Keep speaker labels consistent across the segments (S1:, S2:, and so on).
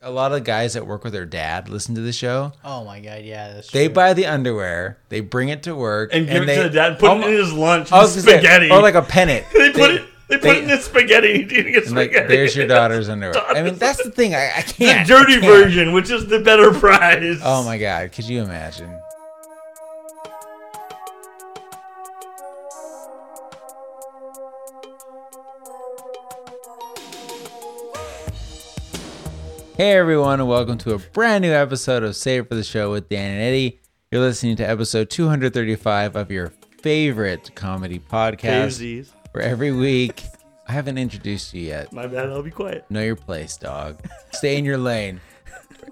S1: a lot of guys that work with their dad listen to the show.
S2: Oh my god, yeah, that's
S1: They
S2: true.
S1: buy the underwear, they bring it to work,
S3: and give it
S1: they,
S3: to the dad. Put
S1: Almo-
S3: it in his lunch.
S1: I was gonna say,
S3: spaghetti.
S1: or like a pennant.
S3: they put it. They put it in his spaghetti. He's eating his
S1: and like,
S3: spaghetti.
S1: there's your daughter's underwear. I mean, that's the thing. I, I
S3: the
S1: can't. I
S3: dirty
S1: can't.
S3: version, which is the better prize.
S1: Oh my god, could you imagine? Hey everyone, and welcome to a brand new episode of Save It for the Show with Dan and Eddie. You're listening to episode 235 of your favorite comedy podcast.
S3: Daisies.
S1: Where every week, I haven't introduced you yet.
S3: My bad. I'll be quiet.
S1: Know your place, dog. Stay in your lane.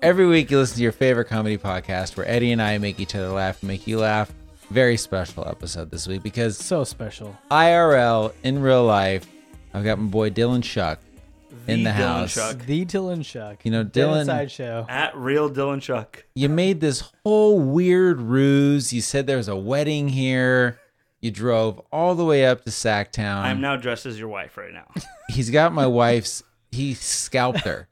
S1: Every week, you listen to your favorite comedy podcast where Eddie and I make each other laugh and make you laugh. Very special episode this week because
S2: so special.
S1: IRL in real life, I've got my boy Dylan Shuck in the
S3: The Dylan
S1: house.
S3: Shuck.
S2: The Dylan Shuck.
S1: You know, Dylan-
S2: side show.
S3: At real Dylan Chuck.
S1: You made this whole weird ruse. You said there was a wedding here. You drove all the way up to Sacktown.
S2: Mm.
S3: I'm now dressed as your wife right now.
S1: He's got my wife's. He scalped her.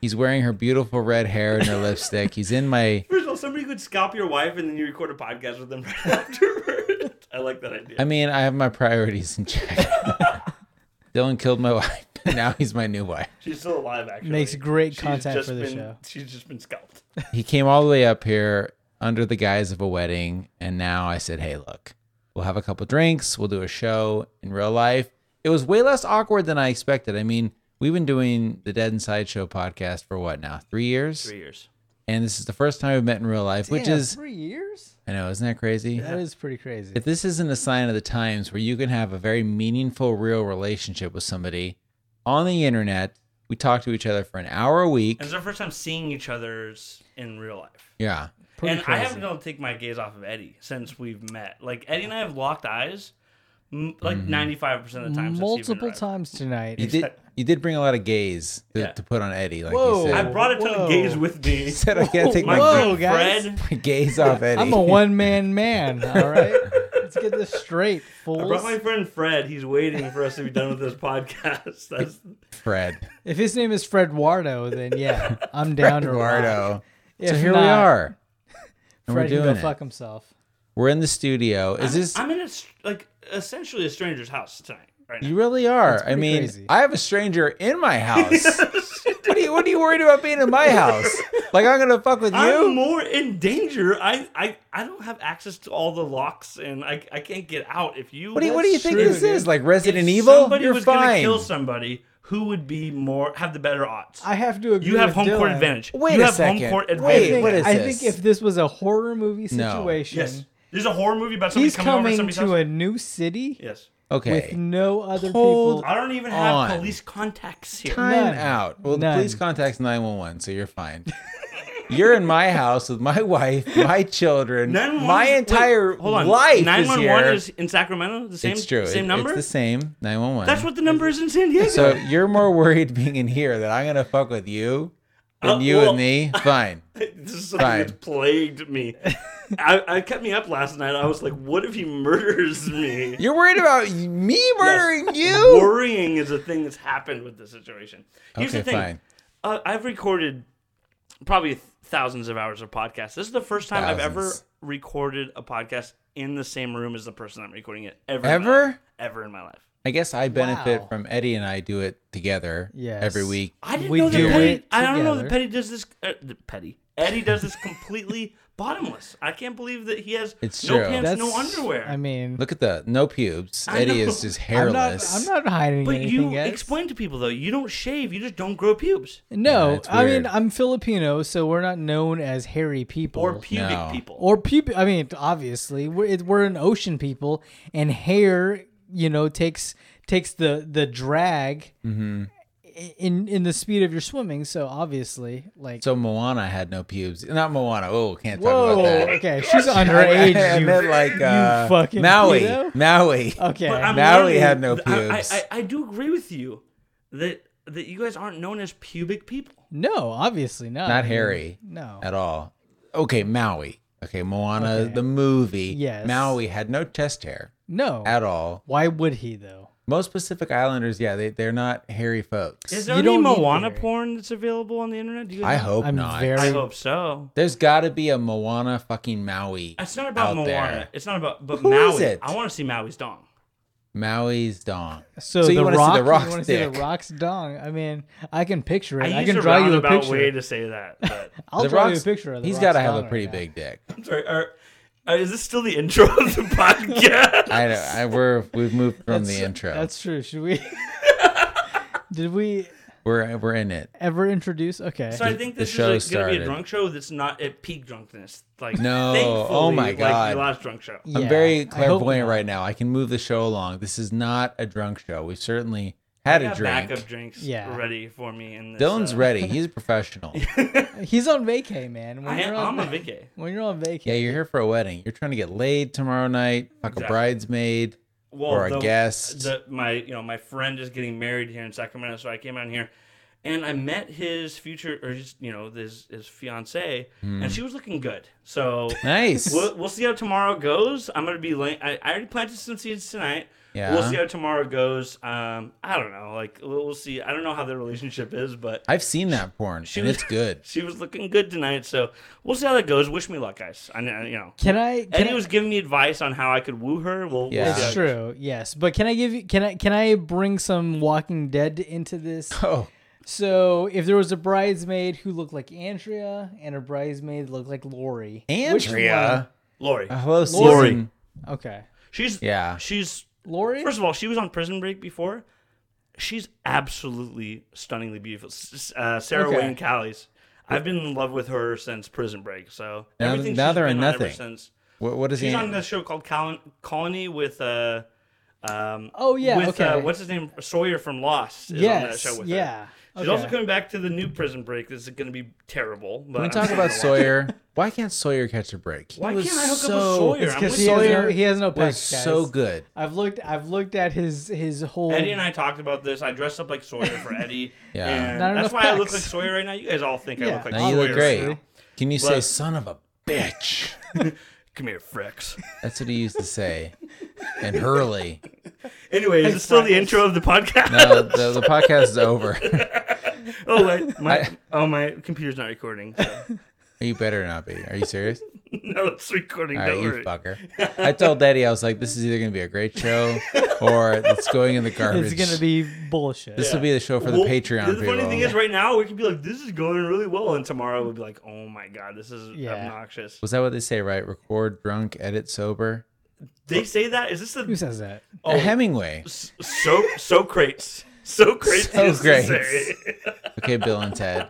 S1: He's wearing her beautiful red hair and her lipstick. He's in my.
S3: First of all, somebody could scalp your wife and then you record a podcast with them right afterward. I like that idea.
S1: I mean, I have my priorities in check. Dylan killed my wife. Now he's my new wife.
S3: She's still alive, actually.
S2: Makes great
S3: She's
S2: content
S3: just
S2: for the
S3: been-
S2: show.
S3: She's just been scalped.
S1: He came all the way up here under the guise of a wedding. And now I said, hey, look, we'll have a couple drinks. We'll do a show in real life. It was way less awkward than I expected. I mean, we've been doing the Dead Inside Show podcast for what now? Three years?
S3: Three years.
S1: And this is the first time we've met in real life, which
S2: Damn,
S1: is,
S2: three years.
S1: I know, isn't that crazy?
S2: That is pretty crazy.
S1: If this isn't a sign of the times where you can have a very meaningful, real relationship with somebody on the internet, we talk to each other for an hour a week.
S3: And it's our first time seeing each other's in real life.
S1: Yeah.
S2: pretty
S3: and I haven't been able to take my gaze off of Eddie since we've met. Like, Eddie and I have locked eyes m- like
S1: Mm-hmm.
S3: 95% of the time. since you've been
S2: multiple
S3: around.
S2: times tonight.
S1: You did you did bring a lot of gaze to,
S3: Yeah.
S1: to put on Eddie, like
S2: Whoa.
S1: you
S3: I
S1: said.
S3: brought a ton
S2: Whoa.
S3: of gaze with me.
S1: You said I can't take my,
S2: Whoa,
S3: Fred-
S2: guys.
S3: Fred,
S1: my gaze off Eddie.
S2: I'm a one man man. All right, let's get this straight,
S3: I
S2: fools.
S3: brought my friend Fred. He's waiting for us to be done with this podcast. That's
S1: Fred.
S2: If his name is Fred Wardo, then yeah, I'm down to rock.
S1: Eduardo. So
S2: If
S1: here we
S2: not,
S1: are. And
S2: Fred
S1: we're
S2: can
S1: doing
S2: go
S1: it.
S2: fuck himself.
S1: We're in the studio. Is
S3: I'm,
S1: this
S3: I'm in a str- like essentially a stranger's house tonight. Right now.
S1: you really are. I
S2: pretty
S1: mean,
S2: crazy.
S1: I have a stranger in my house. what are you what are you worried about being in my house? Like I'm gonna fuck with you?
S3: I'm more in danger. I, I I don't have access to all the locks, and I I can't get out. If you
S1: What do you, what do you think
S2: true,
S1: this
S2: dude.
S1: is? Like Resident
S3: if
S1: Evil?
S3: Somebody
S1: You're
S3: was gonna
S1: fine.
S3: kill somebody. Who would be more have the better odds?
S2: I have to agree.
S3: you have
S2: with
S3: home court
S2: Dylan.
S3: advantage.
S1: Wait
S3: you
S1: a
S3: have
S1: second.
S3: home court
S1: Wait,
S2: I
S3: advantage.
S2: think,
S1: what is
S2: I
S1: this?
S2: think if this was a horror movie
S1: No.
S2: situation,
S3: yes. There's a horror movie about somebody
S2: he's
S3: coming, over
S2: coming
S3: somebody's
S2: to
S3: house.
S2: a new city
S3: yes.
S1: okay.
S2: with no other
S1: Hold
S2: people.
S3: I don't even have
S1: On.
S3: police contacts here.
S1: Time
S2: None.
S1: out. Well,
S2: None.
S1: the police contacts 911, so you're fine. you're in my house with my wife, my children,
S3: 911
S1: my
S3: wait,
S1: entire
S3: hold on.
S1: life is
S3: 911
S1: here.
S3: is in Sacramento. The same
S1: it's true.
S3: same
S1: It-
S3: number.
S1: It's the same 911.
S3: That's what the number is in San Diego.
S1: so you're more worried being in here that I'm gonna fuck with you than
S3: Uh,
S1: you
S3: well-
S1: and me. Fine.
S3: This is something that's
S1: Fine.
S3: plagued me. I, I kept me up last night. I was like, "What if he murders me?"
S1: You're worried about me murdering you?
S3: Worrying is a thing that's happened with the situation. Here's
S1: okay,
S3: the thing:
S1: fine.
S3: Uh, I've recorded probably thousands of hours of podcasts. This is the first time I've ever
S1: Thousands.
S3: recorded a podcast in the same room as the person I'm recording it ever. in my
S1: Ever?
S3: life. ever in my life.
S1: I guess I benefit
S2: Wow.
S1: from Eddie and I do it together
S2: Yes.
S1: every week.
S3: I didn't
S2: We
S3: know that
S2: do
S3: Petty.
S2: it
S3: I don't know that
S2: together.
S3: Petty does this. Uh, that Petty Eddie does this completely bottomless. I can't believe that he has
S1: It's
S3: no
S1: true.
S3: pants, no underwear.
S2: I mean,
S1: Look at the no pubes.
S3: I
S1: Eddie
S3: know.
S1: is just
S2: I'm not.
S1: hairless.
S2: I'm not hiding
S3: But
S2: anything.
S3: you
S2: guys.
S3: explain to people though, you don't shave, you just don't grow pubes
S2: No,
S1: Yeah, it's
S2: I
S1: weird.
S2: mean I'm Filipino, so we're not known as hairy people
S3: or pubic
S1: No.
S3: people.
S2: or people. I mean, obviously, we're it, we're an ocean people, and hair, you know, takes takes the the drag
S1: Mm-hmm.
S2: i- in in the speed of your swimming. So obviously, like,
S1: So Moana had no pubes. Not Moana. Oh, can't talk
S2: whoa,
S1: about that.
S2: okay, she's
S1: I,
S2: underage.
S1: I
S2: you,
S1: meant like uh,
S2: fucking
S1: Maui.
S2: pedo.
S1: Maui.
S2: okay,
S3: But I'm
S1: Now we
S3: learning-
S1: have no
S3: I, I,
S1: pubes.
S3: I, I do agree with you that that you guys aren't known as pubic people.
S2: no, obviously not. I
S1: Not
S2: mean,
S1: hairy
S2: No,
S1: at all. Okay, Maui. Okay, Moana
S2: Okay.
S1: the movie.
S2: Yes.
S1: Maui had no chest hair
S2: no.
S1: at all.
S2: Why would he though?
S1: Most Pacific Islanders, yeah, they they're not hairy folks.
S3: Is there
S2: You
S3: any
S2: don't need
S3: Moana
S2: theory.
S3: porn that's available on the internet? Do you
S1: I
S3: know?
S1: hope
S2: I'm
S1: not.
S2: very-
S3: I hope so.
S1: There's got to be a Moana fucking Maui.
S3: It's not about
S1: out
S3: Moana.
S1: there.
S3: It's not about but
S1: Who is
S3: Maui.
S1: it?
S3: I want to see Maui's dong.
S1: Maui's dong.
S2: So,
S1: So you
S2: the
S1: wanna see
S2: rock,
S1: The Rock's
S2: you want to see the
S1: dick.
S2: rock's dong? I mean, I can picture it.
S3: I,
S2: I,
S3: used
S2: can
S3: a
S2: draw you a
S3: roundabout
S2: picture.
S3: way to say that. But
S2: I'll
S1: The
S2: draw you a
S1: Rock's-
S2: picture of. The
S1: He's
S2: got
S1: to have a pretty big dick.
S3: I'm sorry. Are, are- is this still the intro of the podcast?
S1: I, don't- I we're we've moved from
S2: That's-
S1: the intro.
S2: That's true. Should we? Did we
S1: We're we're in it.
S2: ever introduce? Okay.
S3: so I think
S1: The
S3: this is
S1: show
S3: like, going to be
S1: started.
S3: a drunk show that's not at peak drunkenness. Like
S1: No.
S3: thankfully,
S1: Oh my
S3: Like,
S1: God.
S3: the last drunk show.
S1: I'm
S2: Yeah, I
S1: very
S2: hope
S1: clairvoyant
S2: not.
S1: right now. I can move the show along. This is not a drunk show. We've certainly had
S3: I
S1: a
S3: got
S1: drink.
S3: backup drinks
S2: Yeah.
S3: ready for me. In this,
S1: Dylan's
S3: uh,
S1: ready. He's a professional.
S2: He's on vacay, man. When
S3: I
S2: you're
S3: am,
S2: on,
S3: I'm a vacay.
S2: when you're on vacay,
S1: yeah, you're here for a wedding. You're trying to get laid tomorrow night. Fuck a
S3: Exactly.
S1: bridesmaid.
S3: Well,
S1: Or a
S3: the-
S1: guest.
S3: The, my you know my friend is getting married here in Sacramento, so I came out here, and I met his future or his you know his his fiance, and she was looking good. So
S1: Hmm. Nice.
S3: We'll, we'll see how tomorrow goes. I'm gonna be late. I, I already planted some seeds tonight.
S1: Yeah.
S3: We'll see how tomorrow goes. Um, I don't know. Like we'll, we'll see. I don't know how their relationship is, but
S1: I've seen that porn, and
S3: was-
S1: it's good.
S3: she was looking good tonight. So we'll see how that goes. Wish me luck, guys. I, I- you know.
S2: can I? Can
S3: Eddie
S2: I,
S3: was giving me advice on how I could woo her. Well,
S1: Yeah.
S3: we'll see how
S2: It's
S3: it
S2: true. Yes, but can I give you? Can I? Can I bring some Walking Dead into this?
S1: Oh,
S2: So if there was a bridesmaid who looked like Andrea and a bridesmaid looked like Lori, which
S1: Andrea.
S3: Lori.
S1: Hello, season.
S3: Lori.
S2: one- Okay,
S3: She's
S1: Yeah.
S3: She's
S2: Lori.
S3: first of all, she was on Prison Break before. She's absolutely stunningly beautiful. S- Uh, Sarah
S2: Okay.
S3: Wayne Callies. I've been in love with her since Prison Break. So
S1: Now-
S3: everything
S1: now
S3: she's
S1: they're in
S3: been on ever
S1: nothing.
S3: since.
S1: What, what is
S3: She's
S1: he?
S3: on the show called Colon- Colony with uh, um.
S2: Oh, yeah,
S3: With uh,
S2: okay.
S3: what's his name? Sawyer from Lost. Is on that
S2: yes,
S3: show with her.
S2: yeah.
S3: She's
S2: Okay.
S3: also coming back to the new Prison Break. This is going to be terrible. But
S1: Can we
S3: I'm
S1: talk
S3: still
S1: about
S3: gonna watch
S1: Sawyer? Why can't Sawyer catch a break? He
S3: Why
S1: was
S3: can't I hook
S1: so-
S3: up with Sawyer? I'm
S2: because
S3: with
S2: he has,
S3: Sawyer.
S2: no, he has no pecs,
S1: Was
S2: guys.
S1: so good.
S2: I've looked. I've looked at his his whole.
S3: Eddie and I talked about this. I dressed up like Sawyer for Eddie.
S1: Yeah.
S3: And
S2: Not enough
S3: that's why I look
S2: pecs.
S3: like Sawyer right now. You guys all think I
S2: Yeah.
S3: look like
S1: Now you
S3: Sawyer.
S1: look great.
S3: right now.
S1: Can you say
S3: But-
S1: "son of a bitch"?
S3: Come here, Frex.
S1: That's what he used to say. And Hurley.
S3: Anyway, is this still the
S2: Frex.
S3: intro of the podcast?
S1: No, the, the podcast is over.
S3: oh wait, my
S1: I-
S3: oh my computer's not recording. So.
S1: You better not be. Are you serious?
S3: no, it's recording.
S1: All right,
S3: don't
S1: you
S3: worry.
S1: fucker. I told Daddy I was like, this is either gonna be a great show or it's going in the garbage.
S2: it's gonna be bullshit.
S1: This will be the show for the
S3: Well,
S1: Patreon
S3: The funny
S1: people.
S3: thing is, right now we could be like, "This is going really well," and tomorrow we'll be like, "Oh my god, this is
S2: Yeah.
S3: obnoxious."
S1: Was that what they say? Right? Record drunk, edit sober.
S3: They say that. Is this
S2: Who
S3: the
S2: says that?
S1: Oh. Hemingway.
S3: s- so so crates? So crates.
S1: So
S3: is to
S1: crates.
S3: say.
S1: Okay, Bill and Ted.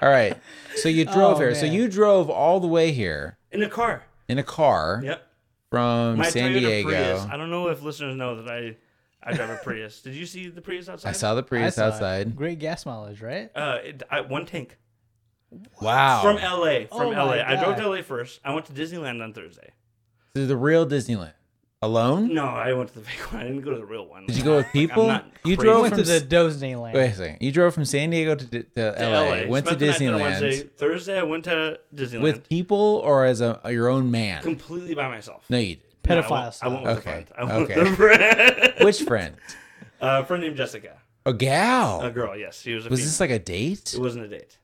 S1: All right. So you drove
S2: Oh,
S1: here. So
S2: man.
S1: you drove all the way here
S3: In a car.
S1: in a car
S3: Yep.
S1: from
S3: My
S1: San
S3: Toyota
S1: Diego.
S3: Prius. I don't know if listeners know that I I drive a Prius. Did you see the Prius outside?
S1: I saw the
S2: I
S1: Prius
S2: saw it.
S1: outside.
S2: Great gas mileage, right?
S3: Uh, it, I, one tank.
S1: Wow.
S3: From LA. From
S2: Oh my
S3: LA. I drove
S2: God.
S3: to LA first. I went to Disneyland on Thursday.
S1: to the real Disneyland. Alone?
S3: No, I went to the fake one. I didn't go to the real one.
S1: Did you go with people?
S3: not
S1: You
S3: crazy.
S2: I
S1: drove
S2: went
S1: from
S2: to the
S1: s-
S2: Disneyland.
S1: Wait a second. You drove from San Diego to, D- to,
S3: To
S1: LA, went to
S3: Spent the night there on Wednesday.
S1: Disneyland
S3: Thursday, I went to Disneyland.
S1: with people or as a your own man?
S3: completely by myself.
S1: no, you did.
S3: No, I
S2: Pedophile
S3: won't- I
S2: style.
S3: won't. with
S1: Okay.
S3: the friend. I won't
S1: Okay.
S3: with the friend.
S1: Which friend?
S3: Uh, a friend named Jessica.
S1: A gal?
S3: A girl, yes. She was a
S1: was
S3: female.
S1: this like a date?
S3: It wasn't a date.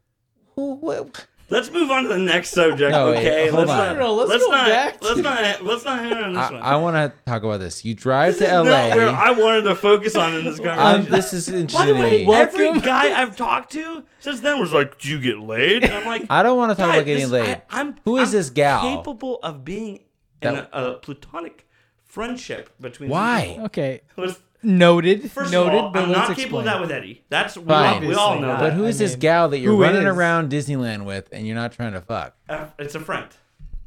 S1: Who- what-
S3: Let's move on to the next subject,
S1: No, Oh, wait,
S3: okay?
S1: hold
S3: let's
S1: on.
S3: not
S1: No,
S2: no, let's go
S3: not
S2: back
S3: let's
S2: to-
S3: not let's not hang on
S1: I,
S3: this one.
S1: want to talk about this. You drive to
S3: No,
S1: LA.
S3: where I wanted to focus on in this
S1: Um,
S3: conversation.
S1: this is interesting
S3: By the way,
S1: to me.
S3: every
S2: Welcome.
S3: guy I've talked to since then was like, "Do you get laid?" And I'm like,
S1: I don't want to talk
S3: "Guy,
S1: about getting
S3: this-
S1: laid.
S3: I, am
S1: Who is
S3: I'm
S1: this gal?
S3: Capable of being in a,
S1: That-
S3: a platonic friendship between two
S1: Why?
S3: people.
S2: Okay.
S3: Was-
S2: Noted.
S3: First
S2: noted,
S3: of all,
S2: but
S3: I'm
S2: let's
S3: not
S2: explain.
S3: capable of that with Eddie. That's we all,
S1: Fine.
S3: we all know
S1: But
S2: Obviously
S3: that.
S1: who
S2: I
S1: is this
S2: mean,
S1: gal that you're
S2: who
S1: running
S2: is?
S1: around Disneyland with and you're not trying to fuck?
S3: Uh, it's a friend.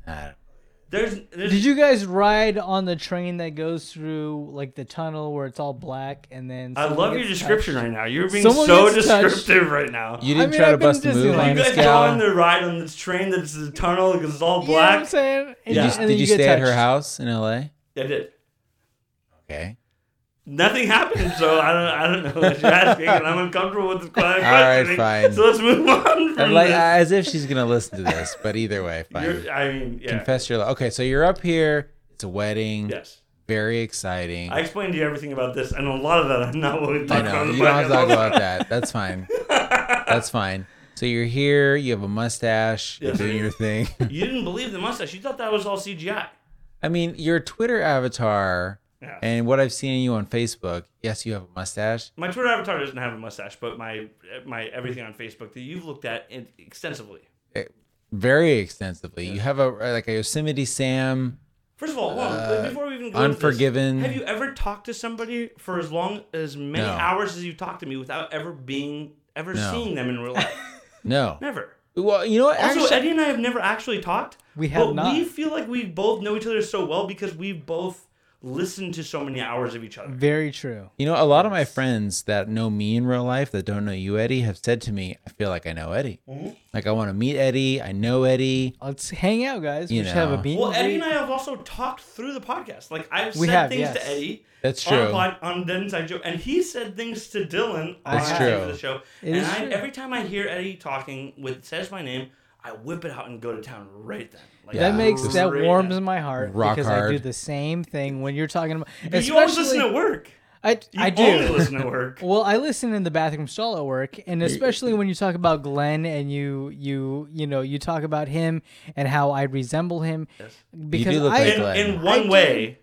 S1: I don't-
S3: There's, there's
S2: Did you guys ride on the train that goes through like the tunnel where it's all black and then?
S3: I
S2: someone
S3: love
S2: gets
S3: your
S2: touched?
S3: description right now. You're being
S2: Someone
S3: so
S2: gets touched.
S3: descriptive right now.
S1: You didn't
S2: mean,
S1: try to
S2: I've been
S1: bust the move
S2: Disneyland.
S1: on
S3: You
S1: this
S3: guys go on
S1: gal.
S3: the ride on this train that's the tunnel because it's all
S2: You know what I'm
S3: black.
S2: saying? And
S1: Did
S3: Yeah.
S1: you,
S2: and then
S1: did you
S2: get
S1: stay at her
S2: touched.
S1: house in LA?
S3: I did.
S1: Okay.
S3: Nothing happened, so I don't. I don't know what you're asking, and I'm uncomfortable with this question.
S1: right, fine.
S3: So let's move on
S1: And
S3: from
S1: like
S3: this.
S1: as if she's gonna listen to this, but either way, fine.
S3: You're- I mean, yeah.
S1: Confess your love. Okay, so you're up here. It's a wedding.
S3: Yes.
S1: very exciting.
S3: I explained to you everything about this, and a lot of that I'm not willing to
S1: I
S3: talk
S1: know.
S3: about.
S1: You don't have to talk about that. That's fine. That's fine. So you're here. You have a mustache. You're
S3: Yes.
S1: doing your thing.
S3: you didn't believe the mustache. You thought that was all CGI.
S1: I mean, your Twitter avatar
S3: Yeah.
S1: and what I've seen you on Facebook. Yes, you have a mustache.
S3: My Twitter avatar doesn't have a mustache, but my my everything on Facebook that you've looked at in- extensively.
S1: Very extensively. You have a uh, like a Yosemite Sam.
S3: First of all, hold on,
S1: Uh,
S3: before we even go into this,
S1: Unforgiven.
S3: have you ever talked to somebody for as long as many
S1: No.
S3: hours as you've talked to me without ever being ever
S1: No.
S3: seeing them in real life?
S1: No.
S3: never.
S1: Well, you know what?
S3: Also,
S1: Actually,
S3: Eddie and I have never actually talked.
S2: We have
S3: but
S2: not.
S3: We feel like we both know each other so well because we both listened to so many hours of each other.
S2: Very true.
S1: you know, a lot of my friends that know me in real life that don't know you, Eddie, have said to me, "I feel like I know Eddie.
S3: Mm-hmm.
S1: Like I want to meet Eddie. I know Eddie."
S2: Let's hang out, guys.
S1: You
S2: we should have a
S1: know.
S2: bean.
S3: Well, Eddie and
S2: date.
S3: I have also talked through the podcast. Like I've
S2: We
S3: said
S2: have,
S3: things
S2: yes.
S3: to Eddie.
S1: That's
S3: On, a
S1: true.
S3: pod, on Dead Inside Joke, and he said things to Dylan on
S2: That's
S3: Save
S1: true.
S3: for the show.
S2: It
S3: and
S2: is
S3: I,
S2: true.
S3: every time I hear Eddie talking with says my name, I whip it out and go to town right then. Like,
S1: Yeah.
S2: that makes that
S3: right
S2: warms
S3: then.
S2: my heart
S1: Rock
S2: because I do
S1: hard.
S2: the same thing when you're talking about.
S3: But you always listen
S2: especially-
S3: at work.
S2: I,
S3: You
S2: I
S3: only
S2: do.
S3: listen at work.
S2: Well, I listen in the bathroom stall at work, and especially when you talk about Glenn and you you you know you talk about him and how I resemble him because
S1: You do look
S2: I
S1: like
S3: In,
S1: Glenn.
S3: in
S2: I
S3: one
S2: do.
S3: way,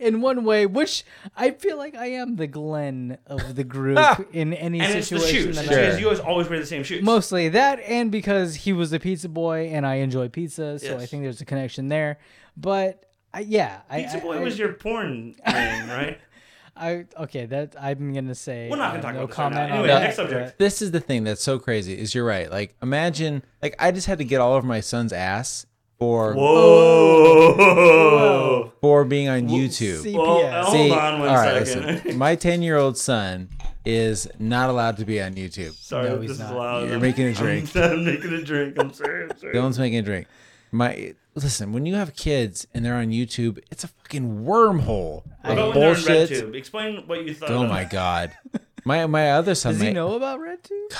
S2: in one way, which I feel like I am the Glenn of the group in any
S3: and it's the
S2: situation
S3: shoes
S2: that
S1: Sure.
S2: I'm in.
S3: because you guys always wear the same shoes.
S2: Mostly that, and because he was a pizza boy, and I enjoy pizza, so I
S3: Yes.
S2: think there's a connection there. But I, yeah,
S3: Pizza
S2: I,
S3: Boy
S2: I,
S3: was your porn name,
S2: Oh.
S3: right?
S2: I okay. That I'm gonna say.
S3: We're not gonna
S2: uh,
S3: talk
S2: no
S3: about this right
S2: comment
S3: now.
S2: on
S3: Anyway,
S2: that,
S3: next subject.
S1: this is the thing that's so crazy is you're right like imagine like i just had to get all over my son's ass for
S3: Whoa.
S1: for being on
S2: but
S1: youtube
S2: CPS.
S3: Well, I'll- hold on one
S1: all right,
S3: second.
S1: listen, my 10 year old son is not allowed to be on youtube
S3: Sorry,
S2: No,
S3: this
S2: he's
S3: is
S2: not.
S3: loud.
S1: You're making a drink.
S3: I'm, I'm making a drink. I'm sorry. I'm sorry.
S1: dylan's making a drink my listen when you have kids and they're on youtube it's a fucking wormhole of
S3: What about when they're in
S1: bullshit
S3: RedTube? Explain what you thought.
S1: oh
S3: of
S1: my
S3: that.
S1: god my my other son
S2: Does he
S1: my-
S2: know about Red Tube?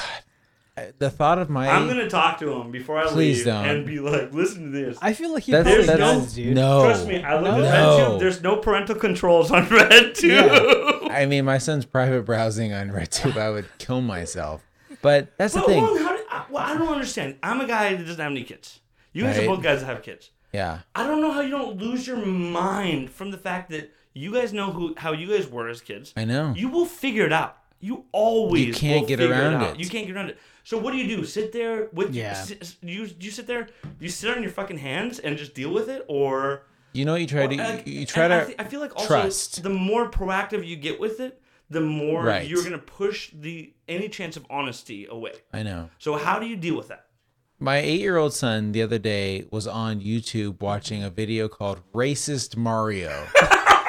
S1: the thought of my
S3: I'm gonna talk to him before I
S1: Please
S3: leave
S1: don't.
S3: and be like, "Listen to this."
S2: I feel like he
S1: that's,
S2: probably
S1: that's
S2: does, dude.
S1: no
S3: Trust me, I looked
S2: No.
S3: at
S1: No.
S3: RedTube. There's no parental controls on RedTube.
S1: I mean, my son's private browsing on RedTube, I would kill myself. But that's the
S3: But
S1: thing.
S3: hold on, how do, I, well, I don't understand. I'm a guy that doesn't have any kids. You guys
S1: Right.
S3: are both guys that have kids.
S1: Yeah.
S3: I don't know how you don't lose your mind from the fact that you guys know who how you guys were as kids.
S1: I know.
S3: You will figure it out. You always
S1: You can't
S3: will
S1: get
S3: figure
S1: around
S3: out.
S1: it.
S3: You can't get around it. So what do you do? Sit there with
S2: Yeah.
S3: you, sit, you you sit there you sit on your fucking hands and just deal with it or
S1: You know what you try to
S3: like,
S1: you, you try
S3: and
S1: to
S3: I, thi- I feel like also
S1: trust.
S3: the more proactive you get with it, the more
S1: Right.
S3: you're gonna push the any chance of honesty away.
S1: I know.
S3: So how do you deal with that?
S1: My 8-year-old son the other day was on YouTube watching a video called Racist Mario.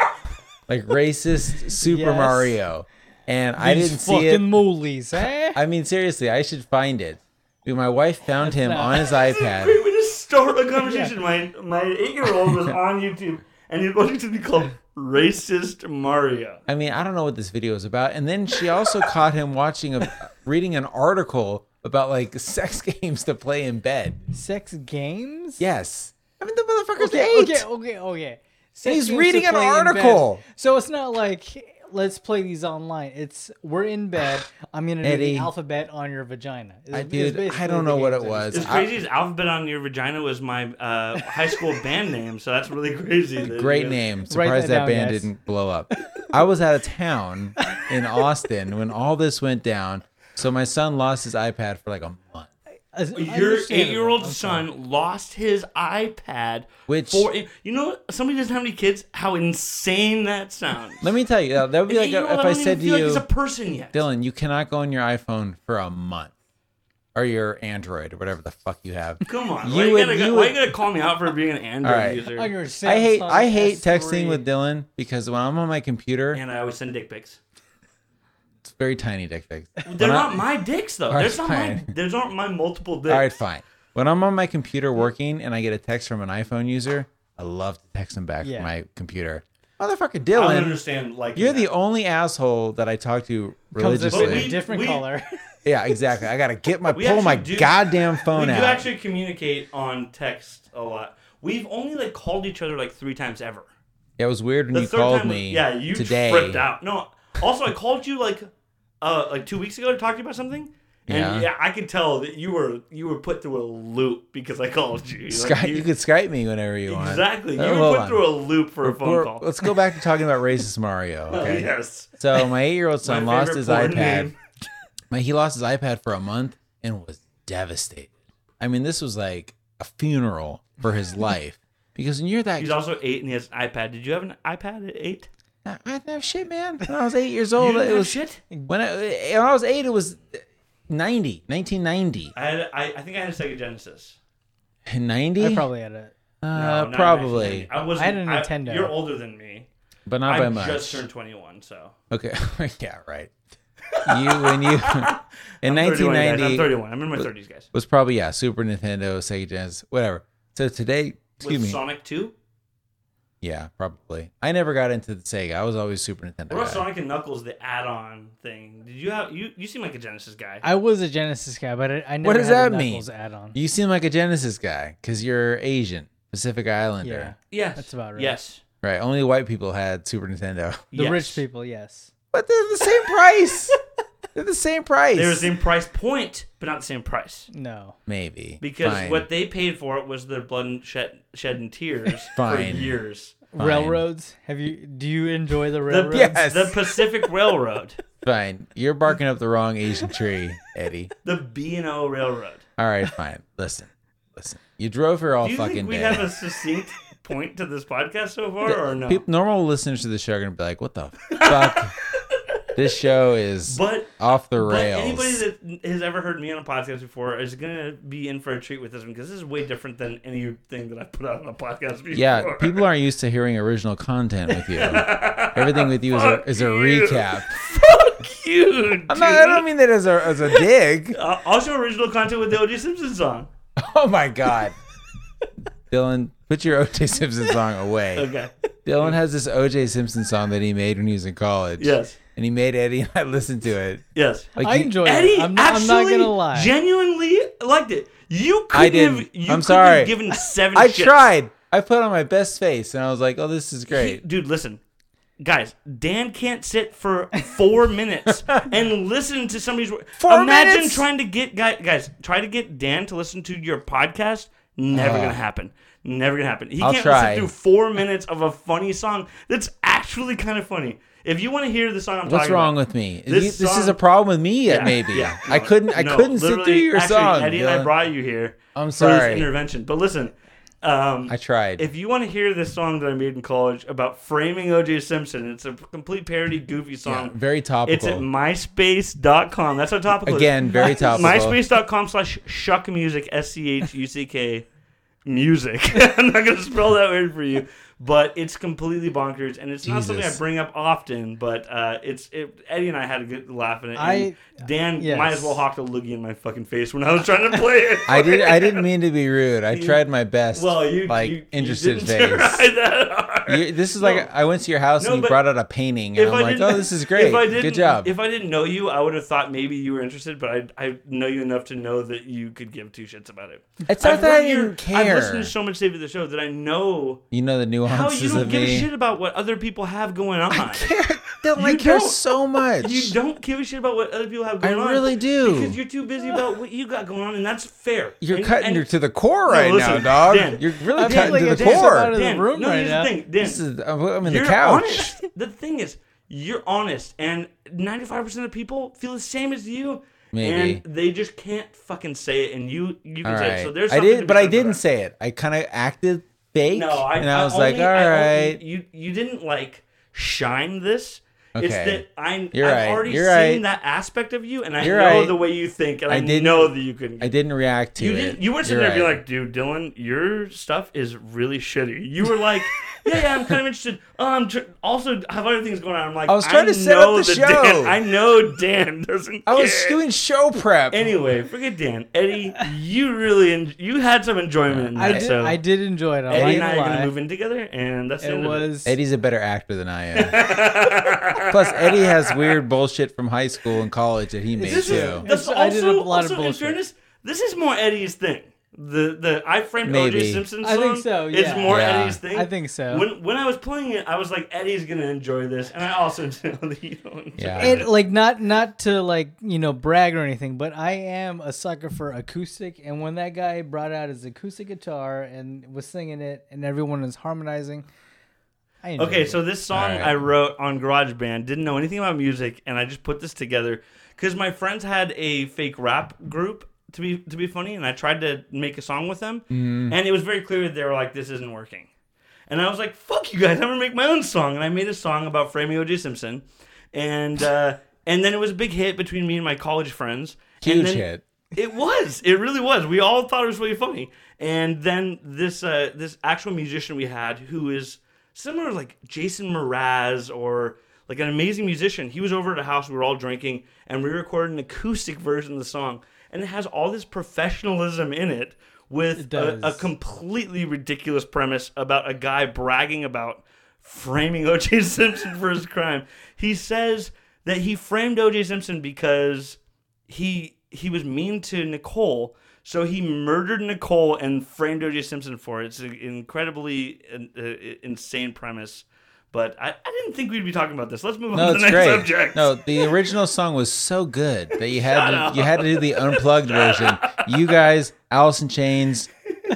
S1: like racist Super
S2: Yes.
S1: Mario. And I
S2: These
S1: didn't
S2: fucking
S1: see it.
S2: moolies, eh?
S1: I mean, seriously, I should find it. Dude, My wife found him
S2: not-
S1: on his
S3: Great
S1: iPad.
S3: way to start a conversation. My my eight year old was on YouTube and he was watching something called Racist Mario.
S1: I mean, I don't know what this video is about. And then she also caught him watching a reading an article about like sex games to play in bed.
S2: Sex games?
S1: Yes. I mean, the motherfucker's
S2: Okay,
S1: eight.
S2: okay, okay, okay. Sex
S1: he's
S2: games
S1: reading
S2: to
S1: an
S2: play in bed.
S1: article.
S2: So it's not like let's play these online. It's we're in bed. I'm gonna do
S1: Eddie.
S2: the alphabet on your vagina. Is-
S1: I-
S2: is
S1: dude,
S2: basically
S1: I don't
S2: the
S1: know what
S2: games
S1: it
S2: I
S1: was.
S2: just-
S3: It's
S1: I-
S3: crazy. as alphabet on your vagina was my uh, high school band name, so that's really crazy. that
S1: Great
S3: you-
S1: name. Surprised
S2: that
S1: that,
S2: down,
S1: band
S2: guys.
S1: didn't blow up. I was out of town in Austin when all this went down. So my son lost his iPad for like a month.
S2: As-
S3: Your
S2: understandable.
S3: eight-year-old
S2: I'm
S3: son lost his iPad.
S1: Which-
S3: for you know, somebody doesn't have any kids. How insane that sounds.
S1: Let me tell you, uh, that would be like
S3: Eight-year-old,
S1: if
S3: don't
S1: I
S3: even
S1: said to
S3: feel like
S1: you,
S3: he's a person yet.
S1: Dylan, you cannot go on your iPhone for a month or your Android or whatever the fuck you have.
S3: Come on,
S1: You
S3: why,
S1: would-
S3: you gotta,
S1: you
S3: why
S1: would-
S3: you gotta call me out for being an Android
S1: All right.
S3: user?
S2: sorry. On your
S1: I hate
S2: Samsung
S1: I hate
S2: S3.
S1: texting with Dylan because when I'm on my computer,
S3: And I always send dick pics.
S1: it's very tiny dick pics.
S3: They're
S1: When I-
S3: not my dicks though.
S1: right,
S3: There's not my
S1: fine.
S3: there's aren't my multiple dicks.
S1: All right, fine. When I'm on my computer working and I get a text from an iPhone user, I love to text them back
S2: Yeah.
S1: from my computer. Motherfucker,
S3: I don't
S1: Dylan,
S3: understand like
S1: you're
S3: that.
S1: the only asshole that I talk to
S2: Comes up with
S1: religiously.
S3: But
S2: a
S3: we-
S2: different
S3: we-
S2: color.
S1: yeah, exactly. I gotta get my
S3: We
S1: pull my
S3: actually do-
S1: goddamn
S3: we
S1: phone
S3: do
S1: out.
S3: actually communicate on text a lot. We've only like called each other like three times ever.
S1: It was weird when
S3: The
S1: you
S3: third
S1: called
S3: time, was-
S1: me
S3: yeah, you
S1: today.
S3: tripped out. No, also I called you like, uh, like two weeks ago to talk to you about something. And
S1: Yeah.
S3: yeah. I could tell that you were you were put through a loop because I called you. Like,
S1: Skype, you, could Skype me whenever you want.
S3: exactly. You
S1: Oh,
S3: were
S1: hold
S3: put
S1: on.
S3: through a loop for a phone
S1: We're-
S3: call.
S1: Let's go back to talking about racist Mario. Okay.
S3: Yes.
S1: So my eight-year-old
S3: My
S1: son lost
S3: favorite
S1: his
S3: porn
S1: iPad.
S3: name.
S1: My, he lost his iPad for a month and was devastated. I mean, this was like a funeral for his life because when you're that,
S3: He's also eight and he has an iPad. Did you have an iPad at eight?
S1: I didn't have shit, man. When I was eight years
S3: You
S1: old,
S3: didn't
S1: it
S3: have
S1: was
S3: shit.
S1: when I when I was eight, it was 90, 1990,
S3: I had. I, I think I had a Sega Genesis.
S1: 90.
S2: I probably had it.
S3: No,
S1: uh,
S3: not
S1: probably,
S3: 1990. I was.
S2: I had a Nintendo.
S3: you're older than me.
S1: but not by
S3: I
S1: much.
S3: just turned 21, so
S1: Okay, yeah, right. You when you in
S3: 31, guys. I'm
S1: 1990
S3: 31. I'm in my 30s, guys.
S1: was probably yeah Super Nintendo, Sega Genesis, whatever. So today, excuse
S3: With
S1: me,
S3: Sonic 2.
S1: yeah, probably. I never got into the Sega. I was always Super Nintendo.
S3: What about
S1: guy.
S3: Sonic and Knuckles, the add-on thing? Did you have you? You seem like a Genesis guy.
S2: I was a Genesis guy, but I, I never
S1: What does
S2: had a
S1: that mean?
S2: Knuckles add-on.
S1: You seem like a Genesis guy because you're Asian, Pacific
S2: Yeah,
S1: Islander,
S3: yes,
S2: that's about right.
S3: Yes,
S1: right? Only white people had Super Nintendo,
S2: the
S3: Yes.
S2: rich people, yes.
S1: but they're the same price. they're the same price.
S3: They were the same price point, but not the same price
S2: No,
S1: Maybe
S3: because
S1: Fine.
S3: what they paid for it was their blood and shed, shed and tears for
S1: Fine.
S3: years.
S1: Fine.
S2: railroads. Have you? Do you enjoy the
S3: The,
S2: railroads?
S1: Yes.
S3: the Pacific Railroad,
S1: Fine, you're barking up the wrong Asian tree, Eddie.
S3: the B and O Railroad.
S1: All right, fine. Listen, listen. You drove here all
S3: Do you
S1: fucking
S3: think we
S1: day.
S3: have a succinct point to this podcast so far, or no?
S1: Peop- normal listeners to the show are gonna be like, "What the fuck? this show is
S3: but
S1: off the
S3: But
S1: rails."
S3: anybody that has ever heard me on a podcast before is going to be in for a treat with this one because this is way different than anything that I put out on a podcast before.
S1: yeah, people aren't used to hearing original content with you. Everything with you is a,
S3: Fuck
S1: is a
S3: you.
S1: recap.
S3: Fuck you, dude.
S1: I'm not, I don't mean that as a as a dig.
S3: Uh, also, original content with the O.J. Simpson song.
S1: Oh my god, Dylan, put your O.J. Simpson song away.
S3: Okay.
S1: Dylan has this O.J. Simpson song that he made when he was in college.
S3: Yes.
S1: and he made Eddie and I listen to it.
S3: Yes.
S1: Like
S2: I
S1: you-
S2: enjoy
S3: Eddie
S2: it. I'm not, I'm
S3: actually
S2: not gonna lie.
S3: genuinely liked it. You could
S1: I didn't.
S3: have. You
S1: I'm
S3: couldn't
S1: sorry.
S3: Have given seven.
S1: I
S3: shits.
S1: tried. I put on my best face, and I was like, "Oh, this is
S3: He-
S1: great."
S3: dude, listen. Guys, Dan can't sit for four minutes and listen to somebody's work.
S1: Four
S3: Imagine
S1: minutes?
S3: trying to get guys, guys try to get Dan to listen to your podcast. Never gonna happen. Never gonna happen. He
S1: Ah. I'll
S3: can't
S1: try.
S3: listen through four minutes of a funny song that's actually kind of funny. If you want to hear the song I'm
S1: What's
S3: talking
S1: wrong
S3: about,
S1: with me? Is
S3: This
S1: you- this is
S3: song-
S1: a problem with me.
S3: Yeah,
S1: maybe
S3: yeah,
S1: I
S3: no,
S1: couldn't. I
S3: no,
S1: couldn't sit
S3: literally,
S1: through your
S3: actually,
S1: song.
S3: Eddie and I
S1: Dylan.
S3: brought you here.
S1: I'm
S3: for this
S1: sorry.
S3: intervention, but listen. Um,
S1: I tried.
S3: if you want to hear this song that I made in college about framing OJ Simpson, it's a complete parody goofy
S1: Yeah,
S3: song.
S1: very topical.
S3: it's at myspace.com. That's how topical it is.
S1: Again, very topical.
S3: Myspace.com slash shuck music, S C H U C K music. I'm not going to spell that word for you, but it's completely bonkers. And it's not something I
S1: Jesus.
S3: bring up often, but uh, it's it, Eddie and I had a good laugh in it.
S2: I-
S3: and Dan
S2: yes.
S3: might as well hawk a loogie in my fucking face when I was trying to play it.
S1: I did. I didn't mean to be rude. I tried my best.
S3: Well, you
S1: like
S3: you,
S1: interested
S3: you didn't try
S1: face.
S3: that hard.
S1: You- this is like I went to your house
S3: No,
S1: and you
S3: but
S1: brought out a painting, and I'm like,
S3: didn't-
S1: "Oh, this is great.
S3: If I didn't,
S1: Good job."
S3: If I didn't know you, I would have thought maybe you were interested, but I, I know you enough to know that you could give two shits about it.
S1: it's not
S3: I've
S1: that I
S3: heard your-
S1: didn't
S3: I've
S1: care.
S3: listened to so much Save the Show that I know
S1: you know the
S3: how
S1: nuances
S3: you don't
S1: of
S3: give
S1: me.
S3: a shit about what other people have going on.
S1: Dylan, I
S3: You
S1: care
S3: don't-
S1: so much.
S3: You don't give a shit about what other people have
S1: I
S3: going on.
S1: really do.
S3: Because you're too busy about what you got going on, and that's fair.
S1: You're
S3: And-
S1: cutting
S3: and-
S1: her to the core right now,
S3: listen,
S1: dog.
S3: Dan,
S1: You're really
S2: I'm
S1: cutting
S2: like
S1: to
S2: a
S1: the
S2: dick
S1: core.
S2: out of the
S3: Dan,
S2: room
S3: no,
S2: right
S3: here's
S2: now.
S3: the thing. Dan,
S1: This is I'm I'm in
S3: you're
S1: the couch.
S3: honest. The thing is, you're honest, and 95% of people feel the same as you.
S1: Maybe.
S3: And they just can't fucking say it, and you you can
S1: All
S3: say
S1: right.
S3: it. So there's
S1: I
S3: something to
S1: did,
S3: be
S1: but I
S3: said for
S1: didn't
S3: that.
S1: say it. I kind of acted fake.
S3: No, I,
S1: and I was like,
S3: only-
S1: all
S3: I only-
S1: right.
S3: you you didn't like shine this. It's
S1: Okay.
S3: that I,
S1: You're
S3: I've
S1: right.
S3: already
S1: You're
S3: seen
S1: right.
S3: that aspect of you, and I
S1: You're
S3: know
S1: right.
S3: the way you think, and
S1: I
S3: I,
S1: didn't-
S3: know that you couldn't.
S1: I didn't react to
S3: you
S1: it.
S3: didn't. You weren't sitting
S1: You're
S3: there and be
S1: right.
S3: like, "Dude, Dylan, your stuff is really shitty." You were like, "Yeah, yeah, I'm kind of interested. Oh, I'm tr- also I have other things going on." I'm like,
S1: I was trying to set
S3: know
S1: up the
S3: that Dan-
S1: show."
S3: I know Dan doesn't.
S1: I was
S3: care.
S1: doing show prep.
S3: Anyway, forget Dan. Eddie, you really en- you had some enjoyment in
S2: I
S3: that.
S2: did,
S3: so
S2: I did enjoy it. I'm not
S3: Eddie and I
S2: gonna
S3: are gonna
S2: lie.
S3: move in together, and that's the
S2: It
S3: end of
S2: was.
S1: Eddie's a better actor than I am. Plus, Eddie has weird bullshit from high school and college that he made
S3: This
S1: too.
S3: is, that's
S2: I did a
S3: also,
S2: lot of
S3: also in
S2: bullshit.
S3: fairness, this is more Eddie's thing. The the I framed
S1: Maybe.
S3: OJ Simpson song.
S2: I think so,
S3: It's
S2: yeah.
S3: more
S1: Yeah.
S3: Eddie's thing.
S2: I think so.
S3: When when I was playing it, I was like, Eddie's gonna enjoy this, and I also know that you don't.
S1: Yeah.
S3: enjoy
S2: it like not not to like you know brag or anything but i am a sucker for acoustic and when that guy brought out his acoustic guitar and was singing it and everyone was harmonizing I enjoyed
S3: Okay,
S2: it.
S3: so this song
S1: All right.
S3: I wrote on GarageBand didn't know anything about music, and I just put this together because my friends had a fake rap group to be to be funny, and I tried to make a song with them,
S1: Mm-hmm.
S3: and it was very clear that they were like, "This isn't working," and I was like, "Fuck you guys! I'm gonna make my own song," and I made a song about Framie O.J. Simpson, and uh, and then it was a big hit between me and my college friends. And
S1: Huge
S3: then-
S1: hit.
S3: it was. It really was. We all thought it was really funny. And then this uh, this actual musician we had who is similar to, like Jason Mraz or like an amazing musician. He was over at a house. We were all drinking and we recorded an acoustic version of the song. And it has all this professionalism in it with
S2: does.
S3: a, a completely ridiculous premise about a guy bragging about framing O.J. Simpson for his crime. He says that he framed O.J. Simpson because he he was mean to Nicole, so he murdered Nicole and framed O.J. Simpson for it. It's an incredibly uh, uh, insane premise, but I, I didn't think we'd be talking about this. Let's move on
S1: No,
S3: to the
S1: it's
S3: next
S1: great.
S3: subject.
S1: No, the original song was so good that you had to, you had to do the unplugged version. You guys, Alice in Chains,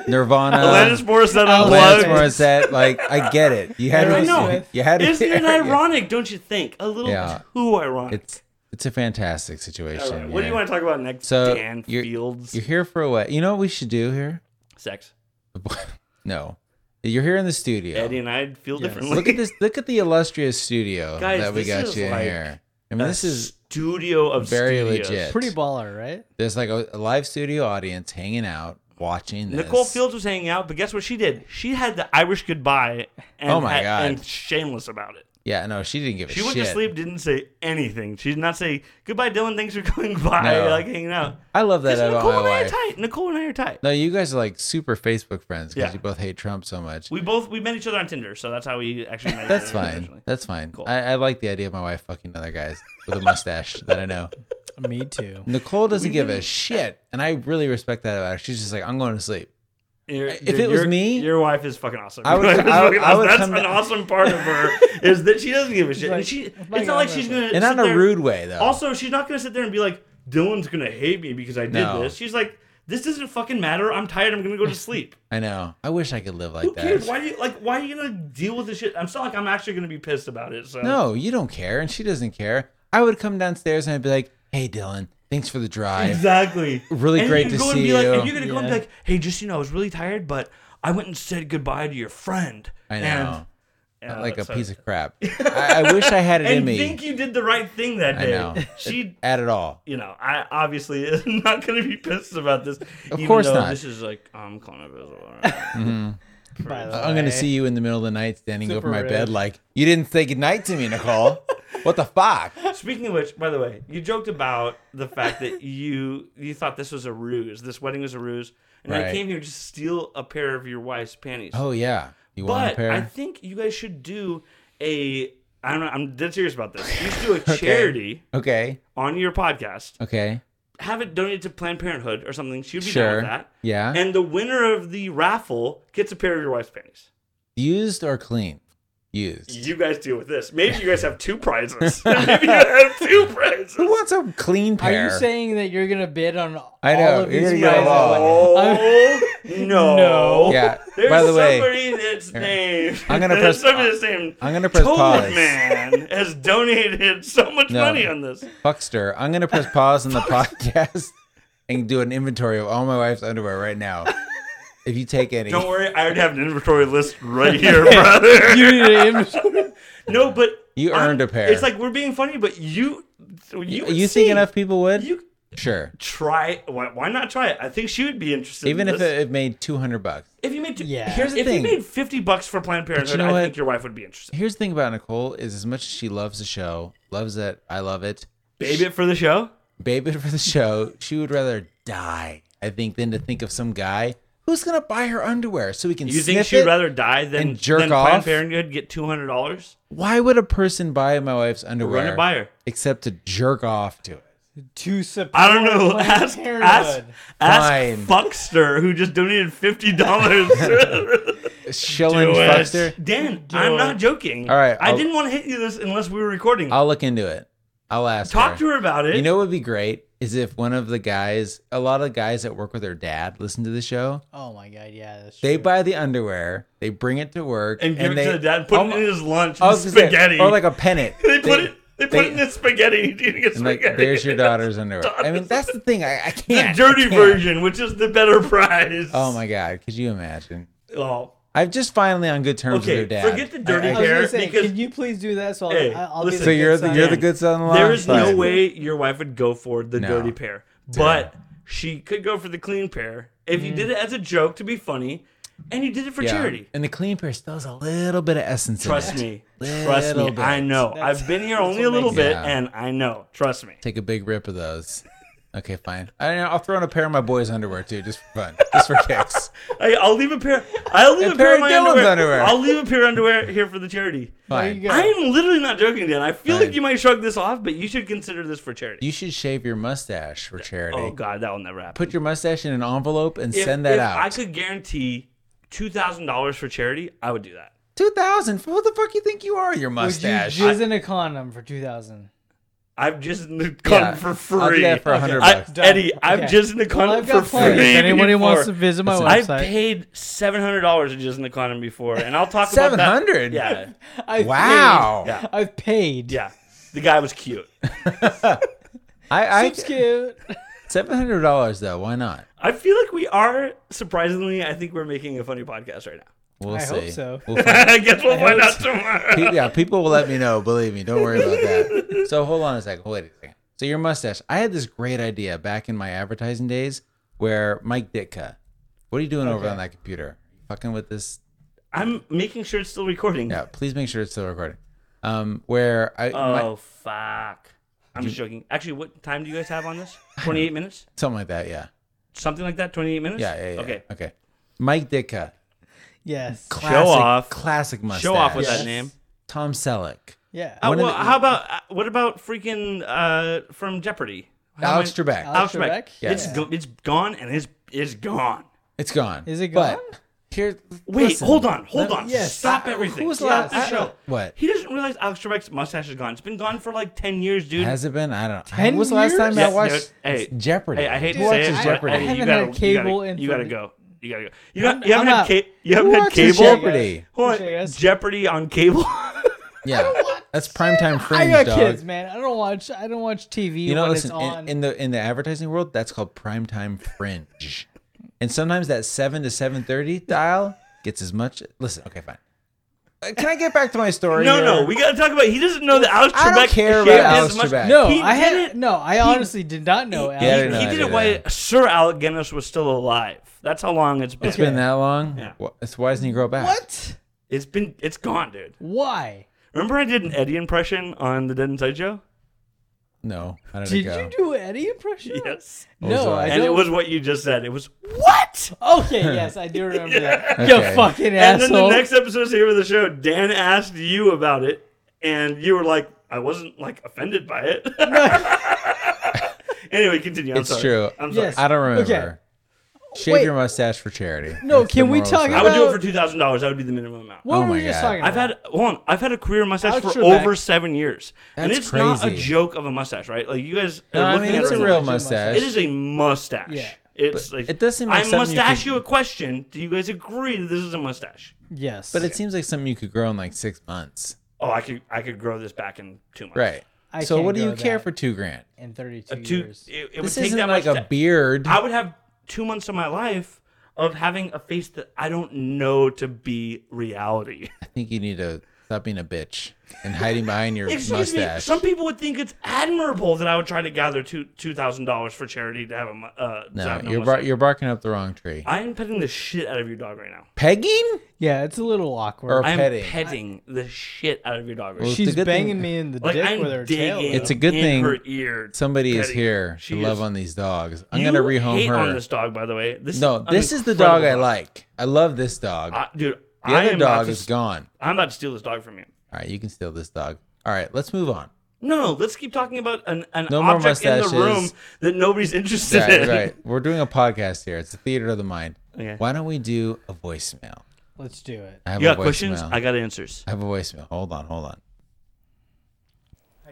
S1: Nirvana,
S3: Alanis Morissette
S1: um, Alanis
S3: unplugged.
S1: Morissette. Like I get it. You had
S2: I
S1: to.
S2: know.
S1: You had to.
S3: Isn't it
S1: Yeah.
S3: ironic? Don't you think? A little
S1: Yeah.
S3: too ironic.
S1: It's it's a fantastic
S3: All
S1: situation.
S3: right, What do
S1: yeah.
S3: you want to talk about next?
S1: So,
S3: Dan
S1: you're-
S3: Fields.
S1: You're here for what? You know what we should do here?
S3: Sex.
S1: no, you're here in the studio.
S3: Eddie and I feel differently.
S1: Look at this. Look at the illustrious studio
S3: Guys,
S1: that we
S3: this
S1: got
S3: is
S1: you in
S3: like
S1: here. I mean,
S3: A
S1: this is
S3: studio of
S1: very
S3: studios.
S1: legit.
S2: pretty baller right
S1: There's like a, a live studio audience hanging out watching this.
S3: Nicole Fields was hanging out, but guess what she did? She had the Irish goodbye and,
S1: Oh my
S3: had-
S1: God.
S3: and shameless about it.
S1: Yeah, no, she didn't give a
S3: She
S1: shit.
S3: went to sleep, didn't say anything. She did not say goodbye, Dylan. Thanks for coming by,
S1: No.
S3: like hanging out.
S1: I love that
S3: 'Cause
S1: about
S3: Nicole
S1: my
S3: and I are
S1: wife.
S3: tight. Nicole and I are tight.
S1: No, you guys are like super Facebook friends because
S3: Yeah.
S1: you both hate Trump so much.
S3: We both we met each other on Tinder, so that's how we actually met. each
S1: That's
S3: other
S1: fine.
S3: originally.
S1: That's fine. I, I like the idea of my wife fucking other guys with a mustache that I know.
S2: me too
S1: Nicole doesn't give a shit, and I really respect that about her. She's just like, I'm going to sleep.
S3: You're-
S1: If
S3: dude,
S1: it was
S3: your-
S1: me-
S3: your wife is fucking awesome.
S1: I would-
S3: Your wife is
S1: I would-
S3: fucking
S1: I would
S3: awesome. That's
S1: come
S3: an
S1: to-
S3: awesome part of her is that she doesn't give a shit.
S2: like,
S3: and
S2: "Oh
S3: she, it's
S2: my
S3: not
S2: God,
S3: like
S2: my
S3: she's
S2: God."
S3: gonna
S1: And not
S3: sit
S1: in a
S3: there-
S1: rude way though.
S3: Also, she's not gonna sit there and be like, Dylan's gonna hate me because I did
S1: No.
S3: this. She's like, this doesn't fucking matter. I'm tired. I'm gonna go to sleep.
S1: I know. I wish I could live like
S3: Who cares?
S1: that.
S3: Why do you like? Why are you gonna deal with this shit? I'm still like, I'm actually gonna be pissed about it. So
S1: No, you don't care, and she doesn't care. I would come downstairs and I'd be like, "Hey, Dylan, thanks for the drive."
S3: exactly.
S1: Really
S3: And
S1: great
S3: you
S1: to
S3: can go and
S1: see
S3: be like,
S1: you.
S3: And you're gonna go and be
S2: Yeah.
S3: like, hey, just so you know, I was really tired, but I went and said goodbye to your friend.
S1: I
S3: And,
S1: know,
S3: Yeah,
S1: like a
S3: so-
S1: piece of crap. I, I wish I had it in
S3: And
S1: me
S3: think you did the right thing that
S1: I
S3: day.
S1: know.
S3: She.
S1: at it all.
S3: You know, I obviously is not going to be pissed about this. Of
S1: course
S3: though
S1: not.
S3: This is like um, coronavirus.
S2: By the
S1: I'm gonna
S2: way.
S1: see you in the middle of the night, standing over
S2: Super
S1: my
S2: rude.
S1: bed, like you didn't say goodnight to me, Nicole. what the fuck?
S3: Speaking of which, by the way, you joked about the fact that you you thought this was a ruse. This wedding was a ruse, and I
S1: Right.
S3: came here to steal a pair of your wife's panties.
S1: Oh yeah, you want a
S3: but
S1: pair?
S3: I think you guys should do a. I don't know. I'm dead serious about this. You should do a charity
S1: okay,
S3: on your podcast.
S1: okay,
S3: Have it donated to Planned Parenthood or something. She'd be down
S1: sure,
S3: with that.
S1: yeah.
S3: And the winner of the raffle gets a pair of your wife's panties.
S1: Used or clean? Used.
S3: You guys deal with this. Maybe you guys have two prizes. Maybe you have two prizes.
S1: Who wants a clean
S2: are
S1: pair?
S2: you saying that you're gonna bid on
S1: I know,
S2: all of
S1: you're gonna
S2: these
S1: get them all.
S2: prizes?
S3: Oh no!
S2: No.
S1: yeah.
S3: There's
S1: By the way,
S3: somebody that's named.
S1: I'm gonna
S3: there's
S1: press- uh,
S3: Somebody that's named.
S1: I'm gonna press
S3: Toad
S1: pause.
S3: Man has donated so much
S1: No.
S3: money on this.
S1: Fuckster, I'm gonna press pause on the podcast and do an inventory of all my wife's underwear right now. If you take any,
S3: Don't worry, I already have an inventory list right here, brother.
S2: you need an inventory.
S3: no, but
S1: You earned a pair.
S3: It's like we're being funny, but you, you, would
S1: you
S3: see.
S1: think enough people would?
S3: You
S1: sure,
S3: try. Why, why not try it? I think she would be interested.
S1: even
S3: in
S1: if
S3: this.
S1: it, it made 200 bucks.
S3: if you made two,
S2: Yeah.
S1: Here's the
S3: if
S1: thing.
S3: you made fifty bucks for Planned Parenthood,
S1: know
S3: I
S1: what?
S3: think your wife would be interested.
S1: Here's the thing about Nicole is as much as she loves the show, loves it, I love it,
S3: Babe it for the show.
S1: babe it for the show, she would rather die, I think, than to think of some guy who's gonna buy her underwear so we can
S3: You
S1: sniff
S3: think she'd
S1: it.
S3: rather die than
S1: and jerk
S3: than Planned
S1: off?
S3: Parenthood get two hundred dollars?
S1: Why would a person buy my wife's underwear?
S3: Run it by her.
S1: except to jerk off to it.
S2: to support.
S3: I don't know.
S2: Planned
S3: Ask, ask,
S2: Parenthood.
S3: ask
S1: Fine.
S3: Fuckster who just donated fifty dollars.
S1: Shilling Fuckster.
S3: Dan,
S2: Do
S3: I'm
S2: it.
S3: not joking.
S1: All right,
S3: I
S1: I'll-
S3: didn't want to hit you this unless we were recording.
S1: I'll look into it. I'll ask.
S3: Talk
S1: her.
S3: to her about it.
S1: You know what would be great is if one of the guys, a lot of guys that work with their dad, listen to the show.
S2: Oh my god, yeah, that's
S1: They
S2: true.
S1: buy the underwear, they bring it to work,
S3: and give it
S1: they,
S3: to the dad. Put
S1: Oh,
S3: it in his lunch.
S1: I
S3: and
S1: was gonna say,
S3: spaghetti.
S1: or like a pennant.
S3: they put it. They put
S1: they-
S3: it in his spaghetti. He's eating his
S1: and like,
S3: spaghetti.
S1: there's your daughter's underwear. I mean, that's the thing. I, I
S3: The
S1: can't. I
S3: dirty
S1: can't.
S3: version, which is the better prize.
S1: Oh my god, could you imagine?
S3: Oh.
S1: I've just finally on good terms
S3: Okay,
S1: with their dad.
S3: forget the dirty
S1: I- I-
S2: I was
S3: hair
S2: gonna say,
S3: because-
S2: can you please do that? So I'll,
S3: Hey,
S2: I'll be
S3: listen.
S1: so
S2: the
S1: you're
S2: good
S1: the
S2: son?
S1: you're
S3: Dan.
S1: the good son in law.
S3: There is no
S1: Fine.
S3: way your wife would go for the
S1: No.
S3: dirty pair, but she could go for the clean pair if you did it as a joke to be funny, and you did it for
S1: Mm. Yeah.
S3: charity.
S1: And the clean pair still has a little bit of essence.
S3: Trust
S1: in it.
S3: me, trust me.
S1: Little bit.
S3: I know.
S2: That's-
S3: I've been here
S2: that's
S3: only
S2: what
S3: a little
S2: makes
S3: bit,
S1: it.
S3: and I know. Trust me.
S1: Take a big rip of those. Okay, fine. I don't know, I'll throw in a pair of my boys' underwear too, just for fun, just for kicks.
S3: I, I'll leave a pair. I'll
S1: A
S3: leave a, pair of my
S1: pair of Dylan's
S3: underwear.
S1: underwear.
S3: I'll leave a pair of underwear here for the charity.
S2: There
S1: Fine.
S2: you
S1: You,
S2: go.
S3: I am literally not joking, Dan. I feel like
S1: Fine.
S3: you might shrug this off, but you should consider this for charity.
S1: should shave your mustache for charity.
S3: Oh God, that will never happen.
S1: Put your mustache in an envelope and
S3: If-
S1: send that
S3: if
S1: out.
S3: I could guarantee two thousand dollars for charity, I would do that.
S1: Two thousand. What the fuck you think you are? Your
S2: Would you
S1: mustache.
S2: jizz in a condom for two thousand?
S3: I've just in the
S1: Yeah,
S3: cunt for free.
S1: I'll do that for a hundred
S3: I-
S1: bucks.
S2: Done.
S3: Eddie, I'm
S2: Okay.
S3: just in the
S2: Well,
S3: condom
S2: I've got
S3: for free.
S2: plenty. If anybody wants to
S3: before.
S2: visit my
S1: Listen,
S3: I've
S2: website,
S3: paid seven hundred dollars in just in the condom before, and I'll talk about
S1: Seven
S3: that.
S1: hundred.
S3: Yeah,
S2: I've
S1: Wow.
S2: paid.
S3: Yeah.
S2: I've paid.
S3: yeah. The guy was cute.
S1: I, I
S2: Soup's cute.
S1: seven hundred dollars though. Why not?
S3: I feel like we are surprisingly. I think we're making a funny podcast right now.
S1: We'll
S2: I
S1: see.
S2: hope so.
S1: We'll find-
S3: I guess we'll find out tomorrow.
S1: Pe- yeah, people will let me know. Believe me, don't worry about that. So hold on a second. Wait a second. So your mustache. I had this great idea back in my advertising days where Mike Ditka. What are you doing over on that computer? Fucking with this.
S3: I'm making sure it's still recording.
S1: Yeah, please make sure it's still recording. Um, where I my-
S3: Oh fuck! I'm just joking. Actually, what time do you guys have on this? Twenty-eight minutes,
S1: something like that. Yeah,
S3: something like that. Twenty-eight minutes.
S1: yeah, yeah, yeah.
S3: Okay.
S1: okay. Mike Ditka.
S2: Yes.
S1: Classic,
S3: off.
S1: Classic mustache.
S3: Show off with
S2: Yes.
S3: that name.
S1: Tom Selleck.
S2: Yeah.
S3: Uh,
S1: One of
S3: well,
S1: the-
S3: how about uh, what about freaking uh, from Jeopardy? How
S1: Alex
S3: many-
S1: Trebek.
S2: Alex
S3: Alex Trebek.
S2: Trebek?
S3: It's
S1: Yeah.
S3: go- it's gone and it's it's gone.
S1: It's gone.
S2: Is it gone?
S1: But here,
S3: Wait,
S1: listen.
S3: hold on, hold
S1: Let-
S3: on.
S2: yes.
S3: Stop
S1: I-
S3: everything.
S1: who was last-
S3: Stop the
S1: I-
S3: show.
S1: what?
S3: He doesn't realize Alex Trebek's mustache is gone. It's been gone for like ten years, dude.
S1: Has it been? I don't know.
S2: 10
S1: when was the last time
S2: years?
S1: I watched
S3: Yeah, no, hey,
S1: Jeopardy?
S3: Hey, I hate
S1: Who
S2: Dude,
S3: to say
S1: watches
S3: it,
S1: Jeopardy?
S3: Jeopardy.
S2: I haven't
S3: you gotta,
S2: had cable
S3: You
S2: in
S3: gotta, you gotta
S2: for-
S3: go. You gotta go. You, not,
S2: I'm-
S3: you
S2: I'm
S3: haven't had
S2: not-
S3: cable. You haven't had
S1: watches
S3: cable.
S1: Jeopardy?
S3: Hold on.
S2: Appreciate it, guys.
S3: Jeopardy on cable.
S1: yeah, that's primetime
S2: I
S1: fringe,
S2: got
S1: dog.
S2: kids, man. I don't watch. I don't watch TV
S1: You know,
S2: when
S1: listen.
S2: it's on.
S1: In, in the in the advertising world, that's called primetime fringe, and sometimes that seven to seven thirty dial gets as much. Listen, okay, fine. Uh, Can I get back to my story?
S3: no,
S1: here?
S3: no, we gotta talk about. He doesn't know that Alex Trebek.
S1: I don't care
S3: shaved
S1: about
S3: his
S1: Alex
S3: mustache.
S1: Trebek.
S2: no,
S3: he
S2: I
S3: did
S2: had
S3: it.
S2: no. I honestly did not know. Alex.
S1: I
S3: He,
S1: didn't know
S3: he
S1: I
S3: did
S1: did
S3: it while Sir Alec Guinness was still alive. That's how long it's been.
S1: It's been that long.
S3: Yeah.
S1: Wha- That's why doesn't he grow back?
S2: What?
S3: It's been. It's gone, dude.
S2: Why?
S3: Remember, I did an Eddie impression on the Dead Inside Show.
S1: No, how did,
S2: Did
S1: it go?
S2: you do Eddie impression?
S3: Yes.
S1: was
S2: No,
S1: I?
S2: I
S3: And it
S2: don't-
S3: was what you just said. It was what?
S2: Okay, yes, I do remember that.
S1: Okay.
S2: You fucking
S3: And then
S2: asshole.
S3: the next episode's here of the show, Dan asked you about it, and you were like, I wasn't like offended by it. anyway, continue. I'm
S1: It's
S3: sorry.
S1: true.
S3: I'm sorry.
S2: Yes.
S1: I don't remember.
S2: Okay.
S1: Shave
S2: Wait.
S1: your mustache for charity.
S2: No,
S1: That's the
S2: can we
S1: moral of the
S2: talk
S1: story.
S3: I would do it
S2: about-
S3: for two thousand dollars. That would be the minimum amount.
S2: what
S1: Oh
S2: were
S1: my
S2: we just
S1: God.
S2: talking about?
S3: I've had hold on, I've had a career mustache
S2: Alex
S3: for
S2: Trebek.
S3: over seven years, and
S1: That's
S3: it's not a
S1: crazy.
S3: joke of a mustache, right? Like you guys are
S1: No, I
S3: looking
S1: mean,
S3: at
S1: it's
S3: it
S1: a
S3: right
S1: real
S3: now.
S1: mustache.
S3: It is a mustache.
S2: Yeah.
S3: It's like
S1: it does seem like
S3: I
S1: something you
S3: mustache
S1: could-
S3: you a question. Do you guys agree that this is a mustache?
S2: yes,
S1: But it seems like something you could grow in like six months.
S3: Oh, I could I could grow this back in two months.
S1: Right.
S2: I
S1: so
S2: can't
S1: what do
S2: grow
S1: you care
S2: that.
S1: for two grand?
S2: in thirty-two
S3: A two.
S2: years.
S3: It, it would
S1: This
S3: take
S1: isn't
S3: that
S1: like
S3: much.
S1: a
S3: to-
S1: beard.
S3: I would have two months of my life of having a face that I don't know to be reality.
S1: I think you need to stop being a bitch and hiding behind your
S3: Excuse me.
S1: mustache.
S3: Some people would think it's admirable that I would try to gather two two thousand dollars for charity to have a mu- uh, to
S1: no,
S3: have
S1: you're bar-
S3: mustache.
S1: you're barking up the wrong tree.
S3: I am petting the shit out of your dog right now.
S1: Pegging?
S2: Yeah, it's a little awkward.
S1: Or-
S3: I am
S1: Petting.
S3: petting, the shit out of your dog right now.
S1: Well,
S2: She's
S1: it's a good
S2: banging
S1: thing-
S2: me in the
S3: Like
S2: dick
S3: I'm
S2: with her
S3: digging.
S2: tail.
S1: It's a good
S3: in
S1: thing
S3: Her ear.
S1: Somebody is
S3: petting.
S1: here
S3: She
S1: to love
S3: is-
S1: on these dogs. I'm
S3: You
S1: gonna rehome
S3: hate
S1: her.
S3: on this dog, by the way. This
S1: no,
S3: an
S1: this is the
S3: incredible
S1: dog I like. I love this dog.
S3: I- dude,
S1: the
S3: I
S1: other
S3: am about
S1: dog
S3: to
S1: is
S3: s-
S1: gone.
S3: I'm about to steal this dog from you.
S1: All right, you can steal this dog. All right, let's move on.
S3: No, let's keep talking about an, an
S1: No more
S3: object in the
S1: mustaches.
S3: room that nobody's interested
S1: Right,
S3: in.
S1: right. We're doing a podcast here. It's the theater of the mind.
S3: Okay.
S1: Why don't we do a voicemail?
S2: Let's do it.
S1: I have
S3: You
S1: a
S3: got
S1: voicemail.
S3: questions? I got answers.
S1: I have a voicemail. Hold on, hold on.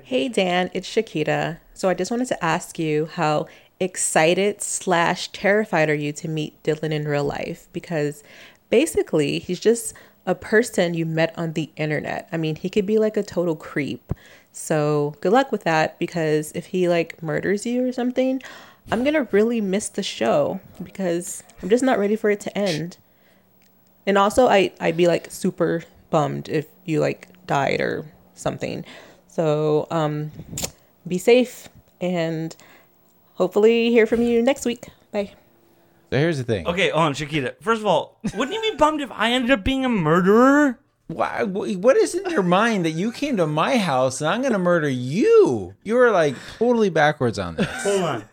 S4: Hey Dan, it's Shakita. So I just wanted to ask you how excited slash terrified are you to meet Dylan in real life? Because basically he's just a person you met on the internet. I mean, he could be like a total creep. So good luck with that because if he like murders you or something, I'm gonna really miss the show because I'm just not ready for it to end. And also, I I'd be like super bummed if you like died or something. So um, be safe and hopefully hear from you next week. Bye.
S1: So here's the thing.
S3: Okay, hold on, Shakita. First of all, wouldn't you be bummed if I ended up being a murderer?
S1: Why, wh- what is in your mind that you came to my house and I'm going to murder you? You are like totally backwards on this.
S3: Hold on.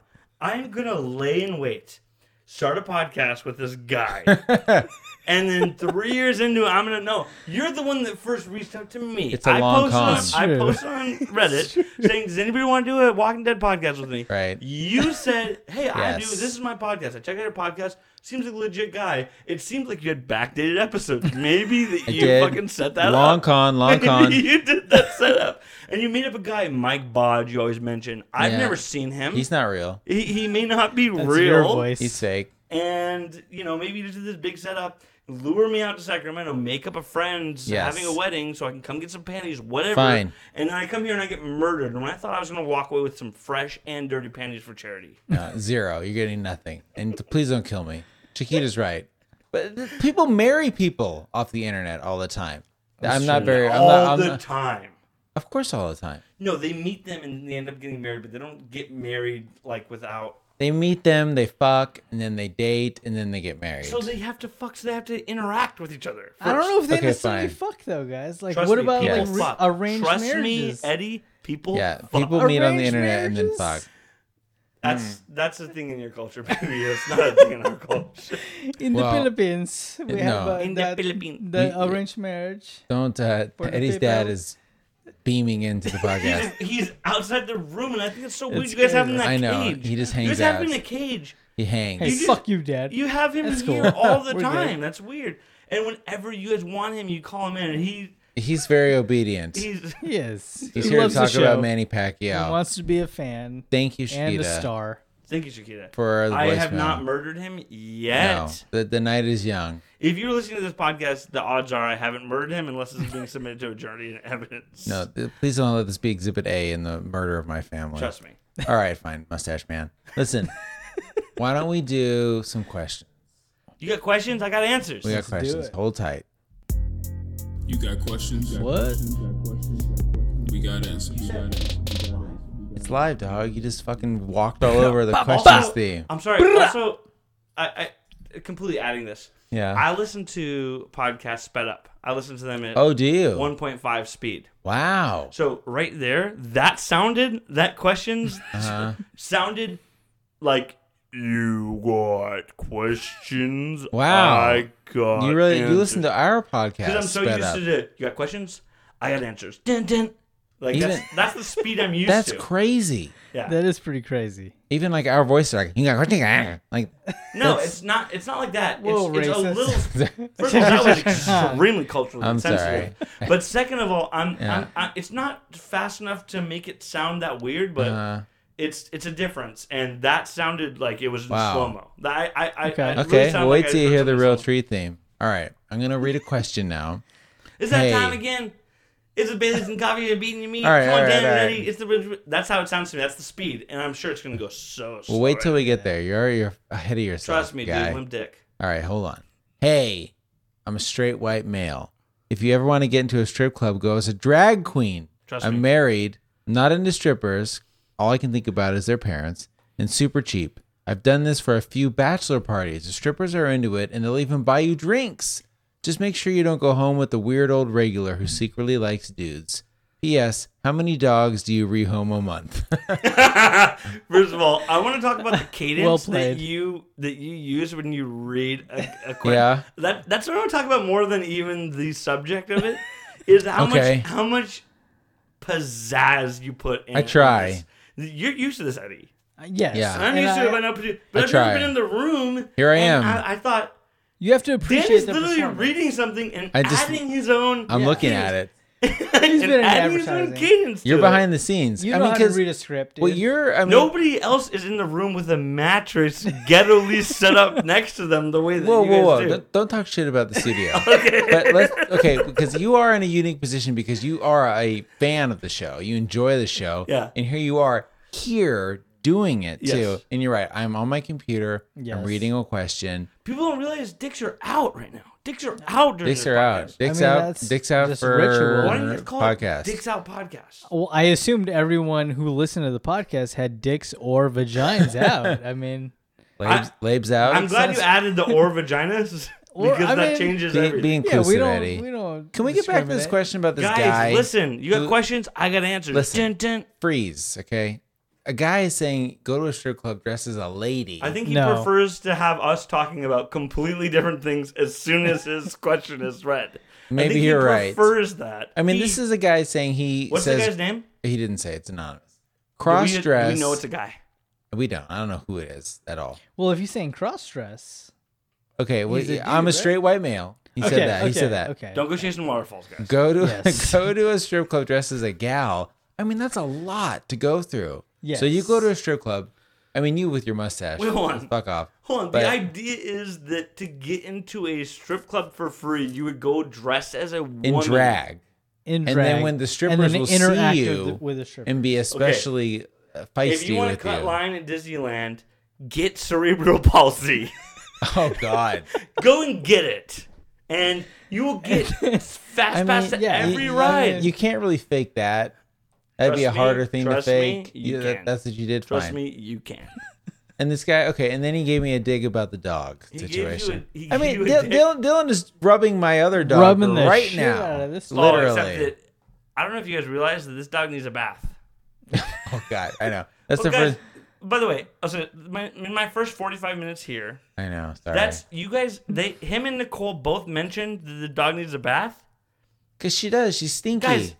S3: I'm going to lay in wait, start a podcast with this guy. and then three years into it, I'm going to know. You're the one that first reached out to me.
S1: It's a long
S3: posted
S1: con.
S3: on-
S1: It's
S3: I
S2: true.
S3: posted on Reddit saying, Does anybody want to do a Walking Dead podcast with me?
S1: Right.
S3: You said, Hey, I do.
S1: Yes.
S3: This is my podcast. I check out your podcast. Seems like a legit guy. It seems like you had backdated episodes. Maybe that
S1: I
S3: you
S1: did.
S3: fucking set that
S1: long
S3: up.
S1: con, long con.
S3: you did that setup, and you meet up a guy, Mike Bodge. You always mention. I've
S1: Yeah.
S3: never seen him.
S1: He's not real.
S3: he, he may not be
S2: That's
S3: real.
S2: your voice.
S1: He's fake.
S3: And you know, maybe you just did this big setup, lure me out to Sacramento, make up a friend's
S1: Yes.
S3: having a wedding, so I can come get some panties, whatever.
S1: Fine.
S3: And then I come here and I get murdered. And when I thought I was going to walk away with some fresh and dirty panties for charity,
S1: No, Uh, zero. You're getting nothing. And please don't kill me. Chiquita's right. But th- people marry people off the internet all the time. I'm not very. I'm
S3: all
S1: not, I'm
S3: the
S1: not-
S3: time.
S1: of course, all the time.
S3: No, they meet them and they end up getting married, but they don't get married like without
S1: They meet them, they fuck, and then they date, and then they get married.
S3: So they have to fuck. So they have to interact with each other.
S2: I don't know if they
S1: Okay,
S2: necessarily
S1: fine.
S2: fuck though, guys. Like,
S3: Trust
S2: what
S3: me,
S2: about
S3: people
S2: like re-
S3: fuck.
S2: arranged
S3: Trust
S2: marriages?
S3: me, Eddie. People.
S1: yeah,
S3: fuck.
S1: people meet on the
S2: Arranged
S1: internet and then fuck.
S2: marriages?
S3: That's
S1: Mm.
S3: that's a thing in your culture, baby. It's not a thing in our culture.
S2: In
S1: Well,
S2: the Philippines, we
S1: no.
S2: have uh,
S3: In the
S2: that,
S3: Philippines.
S2: the arranged marriage.
S1: Don't. Uh,
S2: For the
S1: Eddie's dad
S2: people.
S1: is beaming into the podcast.
S3: He's outside the room, and I think it's so weird.
S1: It's
S3: you guys have him in that
S1: crazy. I know,
S3: cage.
S1: he just
S3: You
S1: hangs
S3: guys have
S1: out.
S3: him in a cage.
S1: he hangs.
S2: Hey,
S3: just-
S2: fuck you, Dad.
S3: You have him
S2: That's
S3: in here
S2: cool.
S3: all the
S2: We're good.
S3: time. That's weird. And whenever you guys want him, you call him in, and he
S1: He's very obedient. He's,
S3: he's
S2: yes,
S1: here to
S2: loves the
S1: talk about
S2: show.
S1: Manny
S2: He
S1: Pacquiao.
S2: wants to be a fan
S1: Thank you,
S2: and a
S1: Shakita,
S2: star.
S3: thank you, Shakira.
S1: for the
S3: I have
S1: voicemail.
S3: not murdered him
S1: No,
S3: yet.
S1: the, the night is young.
S3: If you're listening to this podcast, the odds are I haven't murdered him unless it's being submitted to a jury in evidence.
S1: No, th- please don't let this be Exhibit A in the murder of my family.
S3: Trust me.
S1: All right, fine, Mustache Man. Listen, why don't we do some questions?
S3: You got questions? I got answers.
S1: We got
S2: do
S1: questions.
S2: it.
S1: Hold tight.
S5: You got questions? You got
S2: What?
S5: questions? We got answers. We got answers.
S1: It's live, dog. You just fucking walked all over the questions
S3: Also-
S1: theme.
S3: I'm sorry. Also, I, I completely adding this.
S1: Yeah.
S3: I listen to podcasts sped up. I listen to them at
S1: Oh, do you?
S3: 1.5 speed.
S1: wow.
S3: So right there, that sounded that questions
S1: Uh-huh.
S3: sounded like you got questions.
S1: Wow.
S3: I got.
S1: You really you
S3: answers."
S1: listen to our podcast?
S3: Because I'm so
S1: sped
S3: used
S1: up.
S3: to the, you got questions? I got answers. Dun, dun. Like
S1: Even-
S3: that's, that's the speed I'm used
S1: That's
S3: to.
S1: crazy.
S3: yeah.
S2: That is pretty crazy.
S1: Even like our voice, like you got questions? like
S3: no, it's not. It's not like that.
S2: Whoa,
S3: it's, it's a
S2: racist.
S3: little. First of all, that was extremely culturally
S1: I'm
S3: insensitive. But second of all, I'm,
S1: Yeah.
S3: I'm, i It's not fast enough to make it sound that weird, but
S1: Uh,
S3: it's it's a difference. And that sounded like it was in
S1: Wow.
S3: slow mo. I, I, I,
S2: Okay.
S3: I really
S1: okay,
S3: sound
S1: well,
S3: like
S1: wait
S3: I
S1: till you
S3: heard
S1: hear the
S3: something
S1: real
S3: slow.
S1: tree theme. All right, I'm gonna read a question now.
S3: It's that
S1: Hey.
S3: time again. It's a Bailey's and coffee and beating your meat.
S1: All right,
S3: Come
S1: all
S3: on,
S1: right,
S3: Dan,
S1: all right.
S3: ready? It's the that's how it sounds to me. That's the speed, and I'm sure it's gonna go so slow.
S1: Well, wait till
S3: right
S1: we get there. You're already you're ahead of
S3: now.
S1: yourself.
S3: trust me,
S1: guy.
S3: dude. Limp dick.
S1: All right, hold on. Hey, I'm a straight white male. If you ever want to get into a strip club, go as a drag queen.
S3: Trust
S1: I'm
S3: me.
S1: married, not into strippers. All I can think about is their parents and super cheap. I've done this for a few bachelor parties. The strippers are into it and they'll even buy you drinks. Just make sure you don't go home with the weird old regular who secretly likes dudes. P.S. How many dogs do you rehome a month?
S3: First of all, I want to talk about the cadence
S2: Well
S3: that
S2: played.
S3: you that you use when you read a, a question.
S1: Yeah.
S3: That that's what I want to talk about more than even the subject of it is how
S1: Okay.
S3: much how much pizzazz you put in.
S1: I try.
S3: this. You're used to this, Eddie.
S2: Uh, Yes.
S1: Yeah.
S3: I'm
S2: and
S3: used to
S2: I-
S3: it by now, but, but
S1: I
S3: I've never
S1: try.
S3: been in the room.
S1: Here I
S3: and
S1: am.
S3: I, I thought
S2: You have to appreciate
S3: Danny's
S2: the
S3: literally
S2: performance.
S3: reading something and
S1: I just-
S3: adding his own.
S1: I'm looking at it.
S3: He's
S2: been in
S3: adding his own
S2: advertising.
S3: cadence. to
S1: You're
S3: it.
S1: behind the scenes.
S2: You
S1: I
S2: know
S1: mean,
S2: how to
S1: because
S2: read a script. Dude.
S1: well, you're. I mean,
S3: Nobody else is in the room with a mattress gettily set up next to them the way that
S1: whoa,
S3: you
S1: whoa,
S3: guys
S1: whoa!
S3: do.
S1: Don't, don't talk shit about the studio. But let's okay because you are in a unique position because you are a fan of the show. You enjoy the show.
S3: Yeah.
S1: And here you are here doing it too.
S3: Yes.
S1: And you're right. I'm on my computer. I'm
S2: Yes.
S1: reading a question.
S3: People don't realize dicks are out right now. Dicks are out. During
S1: Dicks
S3: this
S1: are out.
S3: podcast.
S1: Dicks
S2: mean,
S1: out.
S2: that's
S1: Dicks out
S2: just
S1: for
S2: ritual.
S3: Why do you guys call
S1: podcast.
S3: it Dicks Out Podcast?
S2: well, I assumed everyone who listened to the podcast had dicks or vaginas out. I mean,
S1: Labs, labs out.
S3: I'm glad you added the or vaginas
S2: Or,
S3: because
S2: I
S3: that
S2: mean-
S3: changes
S1: Be,
S3: everything.
S1: be
S2: yeah,
S1: inclusive,
S2: we don't.
S1: Eddie.
S2: We don't.
S1: Can we get back to this
S2: discriminate.
S1: question about this
S3: Guys,
S1: guy?
S3: listen. You got
S1: who-
S3: questions? I got answers.
S1: Listen.
S3: Dun, dun.
S1: Freeze. Okay. A guy is saying go to a strip club dressed as a lady.
S3: I think he
S2: No.
S3: prefers to have us talking about completely different things as soon as his question is read. I
S1: Maybe
S3: think
S1: you're
S3: he
S1: right.
S3: prefers that.
S1: I mean,
S3: He-
S1: this is a guy saying he
S3: what's
S1: says
S3: the guy's name?
S1: he didn't say it's anonymous.
S3: Do we-
S1: Cross dress.
S3: Do we know it's a guy.
S1: We don't. I don't know who it is at all.
S2: Well, if you're saying cross dress,
S1: Okay, well,
S2: He's a dude,
S1: I'm a
S2: right?
S1: straight white male. He
S2: okay,
S1: said that.
S2: Okay,
S1: he said that.
S2: Okay.
S3: Don't go chasing waterfalls, guys.
S1: Go to
S2: Yes.
S1: go to a strip club dressed as a gal. I mean, that's a lot to go through. So you
S2: Yes.
S1: go to a strip club. I mean, you with your mustache.
S3: Wait, hold on.
S1: Fuck off.
S3: Hold on.
S1: But-
S3: the idea is that to get into a strip club for free, you would go dressed as a woman.
S1: in drag
S2: In
S1: then
S2: drag,
S1: when the strippers
S2: and then
S1: will see
S2: interact
S1: you
S2: with, with the stripper.
S1: and be especially uh feisty
S3: If you want to
S1: with
S3: cut
S1: you.
S3: line at Disneyland, get cerebral palsy.
S1: Oh God.
S3: go and get it, and you will get fast
S1: mean,
S3: pass to
S2: yeah,
S3: every
S2: you-
S3: ride.
S1: you can't really fake that. That'd be a
S3: Trust me,
S1: harder thing to
S3: trust me,
S1: fake.
S3: you
S1: yeah, that-
S3: can.
S1: that's what you did.
S3: Trust
S1: fine.
S3: me, you can.
S1: And this guy, okay, and then he gave me a dig about the dog
S3: He gave you a-
S1: situation.
S3: he
S1: I
S3: gave
S1: mean,
S3: you a
S1: Dylan,
S3: dig.
S1: Dylan, Dylan is rubbing my other dog
S2: Rubbing the
S1: right
S2: shit
S1: now.
S2: out of this dog.
S3: Oh,
S1: Literally.
S3: except that I don't know if you guys realize that this dog needs a bath.
S1: Oh God, I know. That's
S3: Well,
S1: the
S3: guys,
S1: first.
S3: by the way, also my, in my first forty-five minutes here,
S1: I know. Sorry.
S3: that's you guys. They him and Nicole both mentioned that the dog needs a bath.
S1: because she does. She's stinky.
S3: Guys,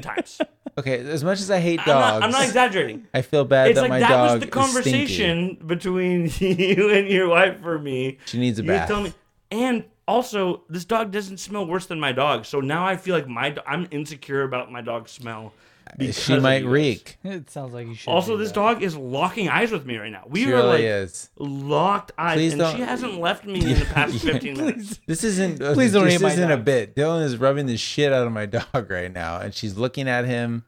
S3: times.
S1: okay, as much as I hate
S3: I'm,
S1: dogs,
S3: not, I'm not exaggerating.
S1: I feel bad
S3: It's
S1: that
S3: like
S1: my
S3: that
S1: dog
S3: was the
S1: is stinky.
S3: conversation between you and your wife for me.
S1: She needs a
S3: you
S1: bath.
S3: Tell me, and also this dog doesn't smell worse than my dog. So now I feel like my do- I'm insecure about my dog's smell. because
S1: She
S3: of
S1: might
S3: you guys.
S1: reek.
S2: it sounds like you should.
S3: Also,
S2: do
S3: this
S2: that.
S3: dog is locking eyes with me right now. We
S1: She
S3: are
S1: really
S3: like
S1: is.
S3: locked eyes,
S1: Please
S3: and she
S1: don't-
S3: hasn't left me in the past 15 minutes.
S1: This isn't. uh,
S2: Please don't
S1: this
S2: hate my
S1: isn't a
S2: dog.
S1: bit. Dylan is rubbing the shit out of my dog right now, and she's looking at him.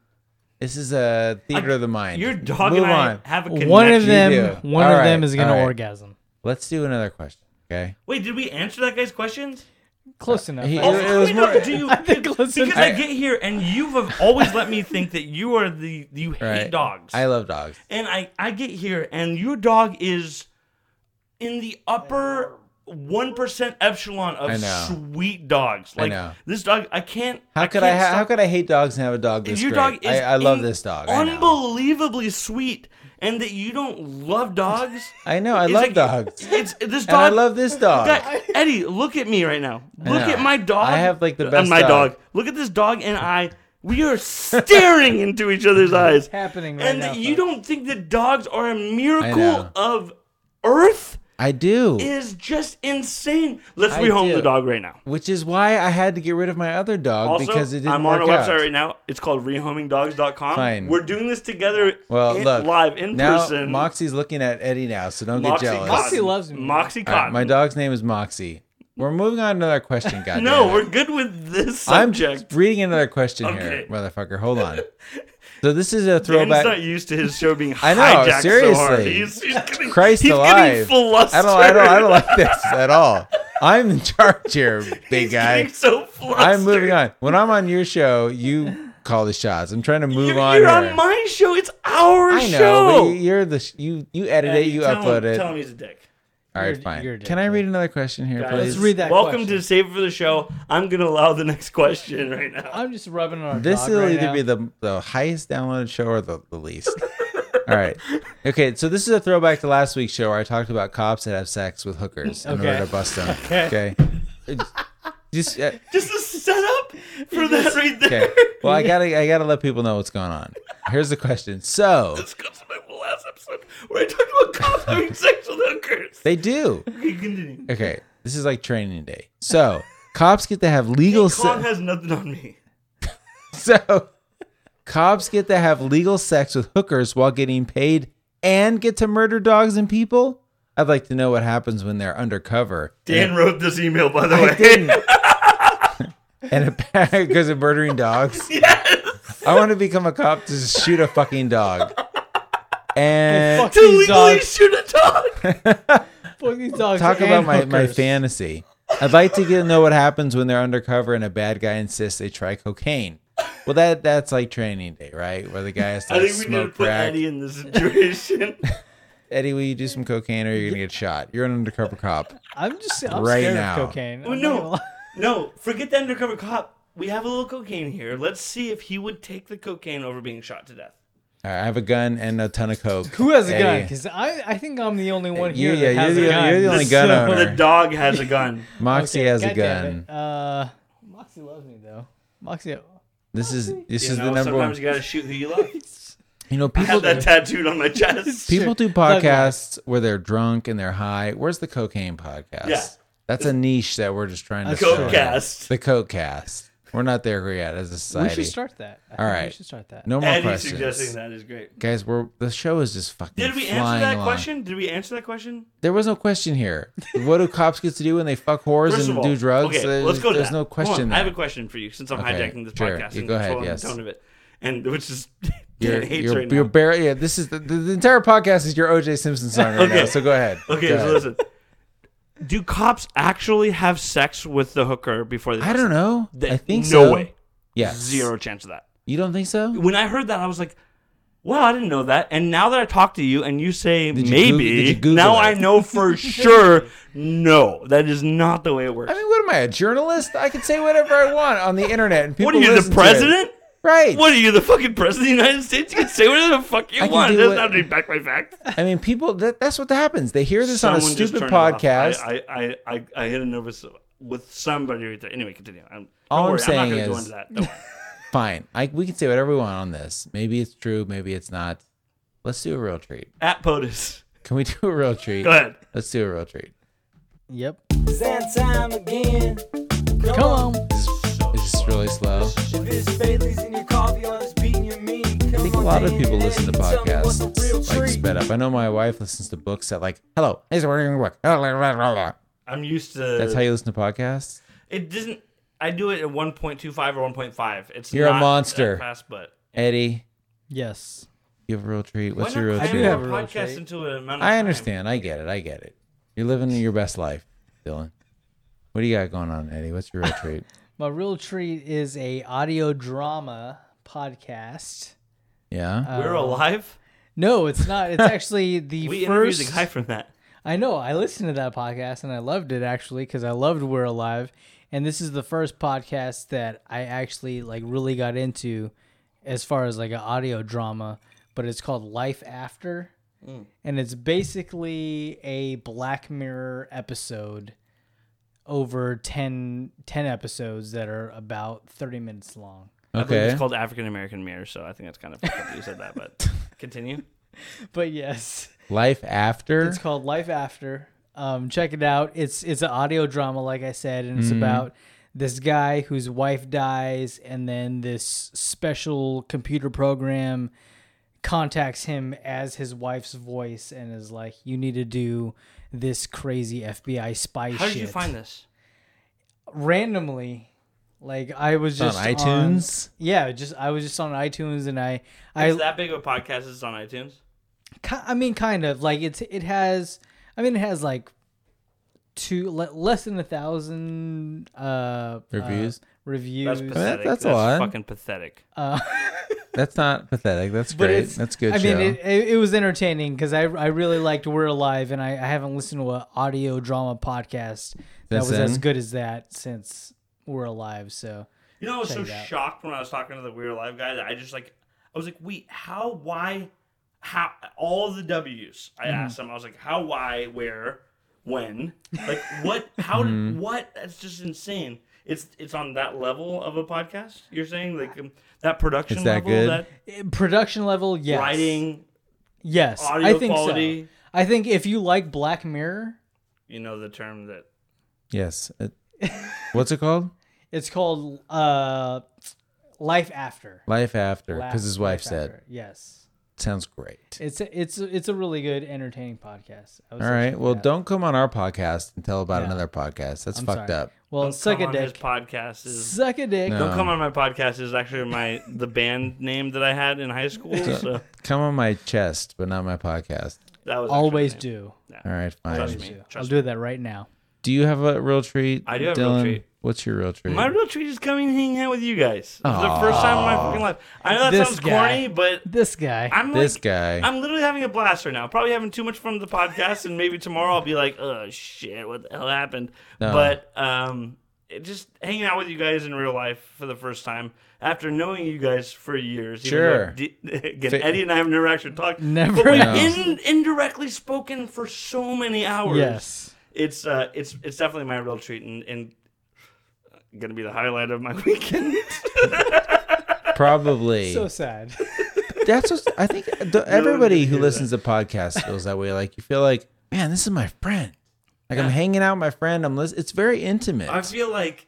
S1: This is a theater of the mind.
S3: Your dog
S1: Move
S3: and I
S1: on.
S3: have a connection.
S2: One of
S1: You
S2: them,
S1: do.
S2: one
S1: All
S2: of
S1: right,
S2: them is gonna
S1: all right.
S2: orgasm.
S1: Let's do another question. Okay.
S3: Wait, did we answer that guy's questions?
S2: Close enough.
S1: He-
S2: I
S1: Oh,
S2: think.
S1: it was
S3: Wait, no,
S1: more-
S3: do you-
S2: I think close
S3: because
S2: enough.
S3: I,
S1: I-
S3: get here and you have always let me think that you are the you hate
S1: Right.
S3: dogs.
S1: I love dogs.
S3: and I I get here and your dog is in the upper one percent epsilon
S1: I
S3: of
S1: know.
S3: sweet dogs.
S1: I
S3: Like
S1: know.
S3: this dog, I can't.
S1: How could I?
S3: can't
S1: Ha- how
S3: stop-
S1: could I hate dogs and have a dog this
S3: your
S1: great?
S3: dog is
S1: I, I love
S3: in-
S1: this dog. I know.
S3: unbelievably sweet, and that you don't love dogs.
S1: I know. I
S3: is
S1: love
S3: like-
S1: dogs,
S3: It's this dog.
S1: and I love this dog.
S3: Guy- Eddie, look at me right now. Look
S1: know.
S3: at my dog.
S1: I have, like, the
S3: uh,
S1: best
S3: my
S1: dog.
S3: dog. Look at this dog and I. We are staring into each other's eyes.
S2: happening right
S3: and
S2: now,
S3: that you
S2: folks.
S3: don't think that dogs are a
S1: know.
S3: miracle of Earth
S1: I do,
S3: is just insane. Let's
S1: I
S3: rehome
S1: do.
S3: the dog right now.
S1: which is why I had to get rid of my other dog
S3: Also,
S1: because it didn't
S3: I'm on a
S1: work
S3: website
S1: out.
S3: right now. It's called rehomingdogs.com.
S1: Fine.
S3: We're doing this together
S1: Well,
S3: in-
S1: look,
S3: live in
S1: now
S3: person.
S1: Moxie's looking at Eddie now, so don't get jealous.
S2: Cotton. Moxie loves me.
S3: Moxie
S1: All right,
S3: Cotton.
S1: my dog's name is Moxie. We're moving on to another question, guys.
S3: No, we're good with this
S1: I'm
S3: subject.
S1: just reading another question here,
S3: Okay.
S1: motherfucker. Hold on. So this is a
S3: Dan's
S1: throwback.
S3: not used to his show being
S1: I know,
S3: hijacked
S1: seriously.
S3: so hard. He's, he's getting,
S1: Christ
S3: he's
S1: alive.
S3: getting flustered.
S1: I don't, I don't, I don't like this at all. I'm in charge here, big
S3: he's
S1: guy.
S3: Getting so flustered.
S1: I'm moving on. When I'm on your show, you call the shots. I'm trying to move
S3: You're,
S1: on.
S3: you're
S1: here.
S3: on my show. It's our
S1: I know,
S3: show.
S1: but you- you're the sh- you you edit it, you
S3: tell
S1: upload
S3: him,
S1: it.
S3: Tell him he's a dick.
S1: All right,
S2: You're-
S1: fine.
S2: you're a dick,
S1: Can I
S2: yeah.
S1: read another question here,
S3: Guys,
S1: please?
S2: Let's read that.
S3: Welcome
S2: question.
S3: to Save It for the Show. I'm gonna allow the next question right now.
S2: I'm just rubbing on our
S1: This
S2: dog
S1: will
S2: right
S1: either
S2: now.
S1: be the the highest downloaded show or the, the least. All right. Okay, so this is a throwback to last week's show where I talked about cops that have sex with hookers in
S2: Okay.
S1: order to bust them. Okay. Just uh,
S3: Just a setup. for that right there.
S1: Okay. Well, I gotta I gotta let people know what's going on. Here's the question. So
S3: Discussed my last episode where I talked about cops having sex with hookers.
S1: they do.
S3: Okay, continue.
S1: Okay. This is like training day. So cops get to have legal
S3: Kong
S1: se-
S3: has nothing on me.
S1: so cops get to have legal sex with hookers while getting paid and get to murder dogs and people. I'd like to know what happens when they're undercover.
S3: Dan wrote this email, by the way.
S1: and apparently because of murdering dogs. I want to become a cop to just shoot a fucking dog. And
S2: Fuck
S3: to
S2: these
S3: legally
S2: dogs.
S3: shoot a dog.
S2: Fuck these dogs.
S1: talk
S2: and
S1: about my, my
S2: hookers.
S1: fantasy. I'd like to get to know what happens when they're undercover and a bad guy insists they try cocaine. Well, that that's like training day, right? Where the guy has to
S3: I
S1: like,
S3: think we need to
S1: smoke
S3: put
S1: crack. Eddie.
S3: Eddie in this situation.
S1: will you do some cocaine or you're gonna get shot? You're an undercover cop.
S2: I'm just I'm
S1: Right
S2: scared
S1: now.
S2: of cocaine.
S3: Well,
S2: I'm
S3: Oh, no.
S2: not gonna lie.
S3: no, forget the undercover cop. We have a little cocaine here. Let's see if he would take the cocaine over being shot to death.
S1: All right, I have a gun and a ton of coke.
S2: Who has a gun?
S1: Eddie,
S2: Because I, I think I'm the only one
S1: You-
S2: here
S1: yeah,
S2: that has
S1: you're
S2: a
S1: the-
S2: gun.
S1: you're the only gun
S2: So-
S1: owner.
S3: The dog has a gun.
S1: Moxie
S2: Okay,
S1: has a
S2: God damn it.
S1: gun.
S2: Uh, Moxie loves me though. Moxie,
S1: This is this
S3: You
S1: is
S3: know,
S1: the number one.
S3: sometimes you gotta shoot who you love.
S1: You know,
S3: I
S1: people
S3: have that tattooed on my chest.
S1: People do
S2: Thug
S1: podcasts where they're drunk and they're high. Where's the cocaine podcast?
S3: Yeah.
S1: That's a niche that we're just trying to
S2: A
S1: fill in.
S3: Cocast.
S1: The coke cast. We're not there yet as a
S2: we
S1: society.
S2: should start that. I
S1: All
S2: think we
S1: right.
S2: should start that.
S1: No more
S3: Eddie
S1: questions.
S3: suggesting that is great.
S1: Guys, we're the show is just fucking.
S3: Did we
S1: flying
S3: answer that
S1: along.
S3: question? Did we answer that question?
S1: There was no question here. what do cops get to do when they fuck whores
S3: First
S1: and
S3: of all,
S1: do drugs?
S3: Okay,
S1: There's-
S3: let's go. to
S1: There's
S3: that.
S1: no
S3: Hold on,
S1: question.
S3: I
S1: there.
S3: have a question for you since I'm
S1: Okay,
S3: hijacking this
S1: sure.
S3: podcast.
S1: You
S3: and
S1: go ahead,
S3: following
S1: yes.
S3: The tone of it, and which is
S1: You're,
S3: Dan hates
S1: you're,
S3: right
S1: you're
S3: now.
S1: bare- yeah, this is the, the, the entire podcast is your OJ Simpson song right
S3: Okay.
S1: now. So go ahead.
S3: okay,
S1: Go
S3: so
S1: ahead.
S3: listen. Do cops actually have sex with the hooker before they?
S1: I don't know.
S3: They-
S1: I think
S3: no
S1: so.
S3: way.
S1: Yes.
S3: Zero chance of that.
S1: You don't think so?
S3: When I heard that, I was like, "Wow, I didn't know that." And now that I talk to you and you say
S1: you Goog- did you
S3: maybe,
S1: Google
S3: now
S1: it?
S3: I know for sure. No, that is not the way it works.
S1: I mean, what am I, a journalist? I can say whatever I want on the internet, and people.
S3: what are you,
S1: listen
S3: the
S1: to it.
S3: president?
S1: Right.
S3: What are you, the fucking president of the United States? You can say whatever the fuck you
S1: I can
S3: want. It
S1: do
S3: doesn't
S1: what-
S3: have to be backed by fact.
S1: I mean, people. That, that's what happens. They hear this on a
S3: Someone just
S1: stupid
S3: turned it off.
S1: podcast.
S3: I, I, I, I, I hit a nervous with somebody right there. Anyway, continue. I'm,
S1: All I'm
S3: don't worry, I'm
S1: saying
S3: not going
S1: is-
S3: to go into that. Don't worry.
S1: Fine. I, we can say whatever we want on this. Maybe it's true. Maybe it's not. Let's do a real treat.
S3: At POTUS.
S1: Can we do a real treat?
S3: Go ahead.
S1: Let's do a real treat.
S2: Yep.
S6: Zan time again.
S2: Come on.
S1: This is, it's just really slow.
S6: If it's Bailey's in your coffee, I'll just beating your meat. Come
S1: I think a lot of people listen to podcasts like sped up. I know my wife listens to books at like, hello, here's what we're going to work. That's
S3: I'm used to. That's
S1: how you listen to podcasts.
S3: It doesn't. I do it at 1.25 or 1.5. It's
S1: You're a
S3: not
S1: monster.
S3: that Fast, but
S1: Eddie,
S2: Yes.
S1: you have a real treat. What's
S3: Why
S1: your
S3: not
S1: real
S3: cram
S1: treat?
S2: I do have a
S3: our
S2: real
S3: podcast
S2: treat.
S3: into an amount of
S1: I
S3: time?
S1: understand. I get it. I get it. You're living your best life, Dylan. What do you got going on, Eddie? What's your real treat?
S2: My real treat is a audio drama podcast. Uh,
S1: Yeah.
S3: We're alive.
S2: No, it's not. It's actually the
S3: We
S2: first.
S3: interviewed the guy from that.
S2: I know. I listened to that podcast and I loved it actually because I loved We're Alive, and this is the first podcast that I actually like really got into, as far as like an audio drama. But it's called Life After, and it's basically a Black Mirror episode over 10, 10 episodes that are about thirty minutes long.
S3: I believe
S1: okay.
S3: It's called African American Mirror, so I think that's kind of fucked up that you said that, but continue.
S2: But yes.
S1: Life after.
S2: It's called Life After. Um, check it out. It's it's an audio drama, like I said, and
S1: Mm-hmm.
S2: it's about this guy whose wife dies, and then this special computer program contacts him as his wife's voice and is like, "You need to do this crazy FBI spy
S3: How
S2: shit."
S3: did you find this?
S2: randomly? Like I was
S1: on
S2: just
S1: iTunes.
S2: yeah, just I was just on iTunes, and I I
S3: Is that big of a podcast? Is on iTunes?
S2: Ki- I mean, kind of like it's it has. I mean, it has like two le- less than a thousand uh,
S1: Reviews?
S2: uh, reviews.
S3: That's pathetic.
S1: that's
S3: that's
S1: a lot.
S3: fucking pathetic.
S1: That's not pathetic. That's
S2: But
S1: great.
S2: it's-
S1: That's good.
S2: I
S1: show.
S2: mean, it, it, it was entertaining because I I really liked We're Alive, and I, I haven't listened to an audio drama podcast that
S1: Since
S2: was as
S1: then?
S2: good as that since We're Alive. So
S3: You know, I was so
S2: it out.
S3: shocked when I was talking to the Weird Live guy that I just like, I was like, wait, how, why, how, all the W's.
S2: Mm-hmm.
S3: I asked him, I was like, how,
S2: Mm-hmm.
S3: why, where, when, like, what, how, did, what? That's just insane. It's it's on that level of a podcast. You're saying like um, that production
S1: Is that
S3: level,
S1: good?
S3: that
S2: Eh, Production level, yes.
S3: writing.
S2: yes.
S3: audio
S2: I think
S3: quality.
S2: so. I think if you like Black Mirror,
S3: You know the term that
S1: Yes. It- what's it called?
S2: it's called uh, Life After.
S1: Life After,
S2: Laugh-
S1: because his wife
S2: Life
S1: said.
S2: After, yes.
S1: Sounds great.
S2: It's a, it's a, it's a really good entertaining podcast. I was
S1: All right.
S2: actually-
S1: Well,
S2: yeah.
S1: don't come on our podcast and tell about
S2: Yeah.
S1: another podcast. That's
S2: I'm
S1: fucked
S2: sorry.
S1: up.
S2: Well,
S3: don't
S2: suck
S3: come
S2: a
S3: on his
S2: dick.
S3: podcast is
S2: Suck a dick.
S1: No.
S3: don't come on my podcast is actually my the band name that I had in high school. So
S1: Come on my chest, but not my podcast.
S3: that was
S2: Always
S3: actually
S2: do.
S1: All right, fine.
S3: Trust
S2: Always
S3: me.
S2: do. I'll
S3: Trust
S2: do that right now.
S1: Do you have a real treat?
S3: I do have a real
S1: Dylan?
S3: treat.
S1: What's your real treat?
S3: My real treat is coming and hanging out with you guys. It's the first time in my fucking life. I know that
S2: This
S3: sounds
S2: guy.
S3: corny, but
S2: This guy.
S3: I'm
S1: this
S3: like,
S1: guy.
S3: I'm literally having a blast right now. Probably having too much fun with the podcast, and maybe tomorrow I'll be like, "Oh shit, what the hell happened?"
S1: No.
S3: But um, it- just hanging out with you guys in real life for the first time after knowing you guys for years. even
S1: Sure.
S3: though D- again,
S1: Fa-
S3: Eddie and I have never actually talked.
S2: Never.
S3: But we've
S1: No.
S3: in, indirectly spoken for so many hours.
S2: Yes.
S3: it's uh, it's it's definitely my real treat, and, and gonna be the highlight of my weekend.
S1: Probably.
S2: So sad.
S1: That's what I think. The, everybody
S3: didn't
S1: who
S3: hear
S1: listens to podcasts feels that way. Like you feel like, man, this is my friend. Like I'm hanging out with my friend. I'm listening. It's very intimate.
S3: I feel like,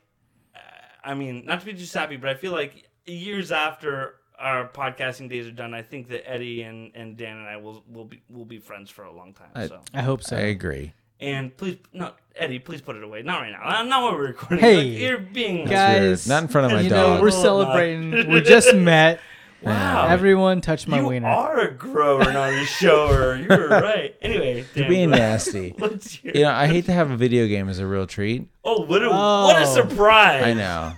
S3: uh, I mean, not to be too sappy, but I feel like years after our podcasting days are done, I think that Eddie and, and Dan and I will will be will be friends for a long time.
S1: I-
S3: so,
S2: I hope so.
S1: I agree.
S3: and please, no, Eddie, please put it away. Not right now. Not- Not while we're recording.
S2: Hey.
S3: Like, you're being
S2: Guys,
S1: Weird. Not in front of my
S2: you
S1: dog.
S2: know, we're
S3: Oh, my.
S2: celebrating. we just met.
S3: wow.
S2: Everyone touched my
S3: Um, you
S2: wiener.
S3: are a grower, not a shower. You're right. Anyway, Dan,
S1: being nasty.
S3: Let's hear.
S1: you know, I hate to have a video game as a real treat.
S3: oh, what a, what a
S2: Oh.
S3: surprise!
S1: I know,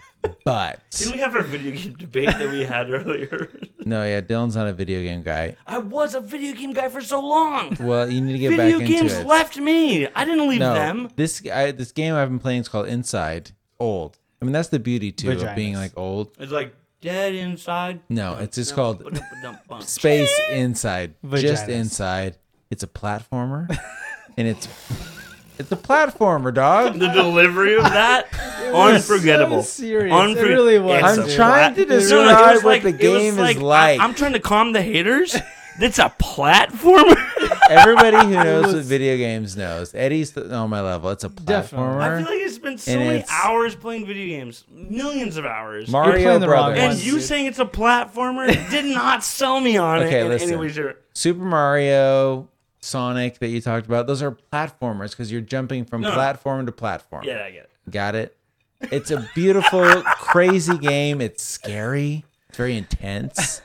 S1: but
S3: Didn't we have our video game debate that we had earlier?
S1: no, yeah, Dylan's not a video game guy.
S3: I was a video game guy for so long.
S1: Well, you need to get
S3: video
S1: back
S3: games
S1: into it.
S3: left me. I didn't leave
S1: no,
S3: them.
S1: this I, this game I've been playing is called Inside. Old. I mean, that's the beauty too of being
S2: Vaginas.
S1: like old.
S3: It's like dead inside.
S1: No, it's just called
S3: Ba-dum-ba-dum-bum.
S1: Space Inside. Just
S2: Vaginas.
S1: inside. It's a platformer, and it's it's a platformer, dog.
S3: the delivery of that unforgettable.
S2: so serious.
S3: Unfor-
S2: It really was.
S3: It's
S1: I'm
S3: a
S1: trying to
S3: plat-
S1: describe
S3: No, no, it was
S1: what the
S3: it was
S1: game is
S3: I-
S1: like.
S3: I'm trying to calm the haters. It's a platformer.
S1: Everybody who knows what video games knows. Eddie's th- on my level. It's a
S2: Definitely.
S1: platformer.
S3: I feel like it's been so
S1: And
S3: many
S1: it's-
S3: hours playing video games, millions of hours.
S1: Mario
S2: playing the wrong
S1: Brothers.
S3: and
S2: one,
S3: you
S2: dude.
S3: saying it's a platformer did not sell me on
S1: Okay,
S3: it. in
S1: listen.
S3: any way, sure.
S1: Super Mario, Sonic that you talked about, those are platformers because you're jumping from
S3: No, no.
S1: platform to platform.
S3: Yeah, I get it.
S1: Got it? It's a beautiful, crazy game. It's scary. It's very intense.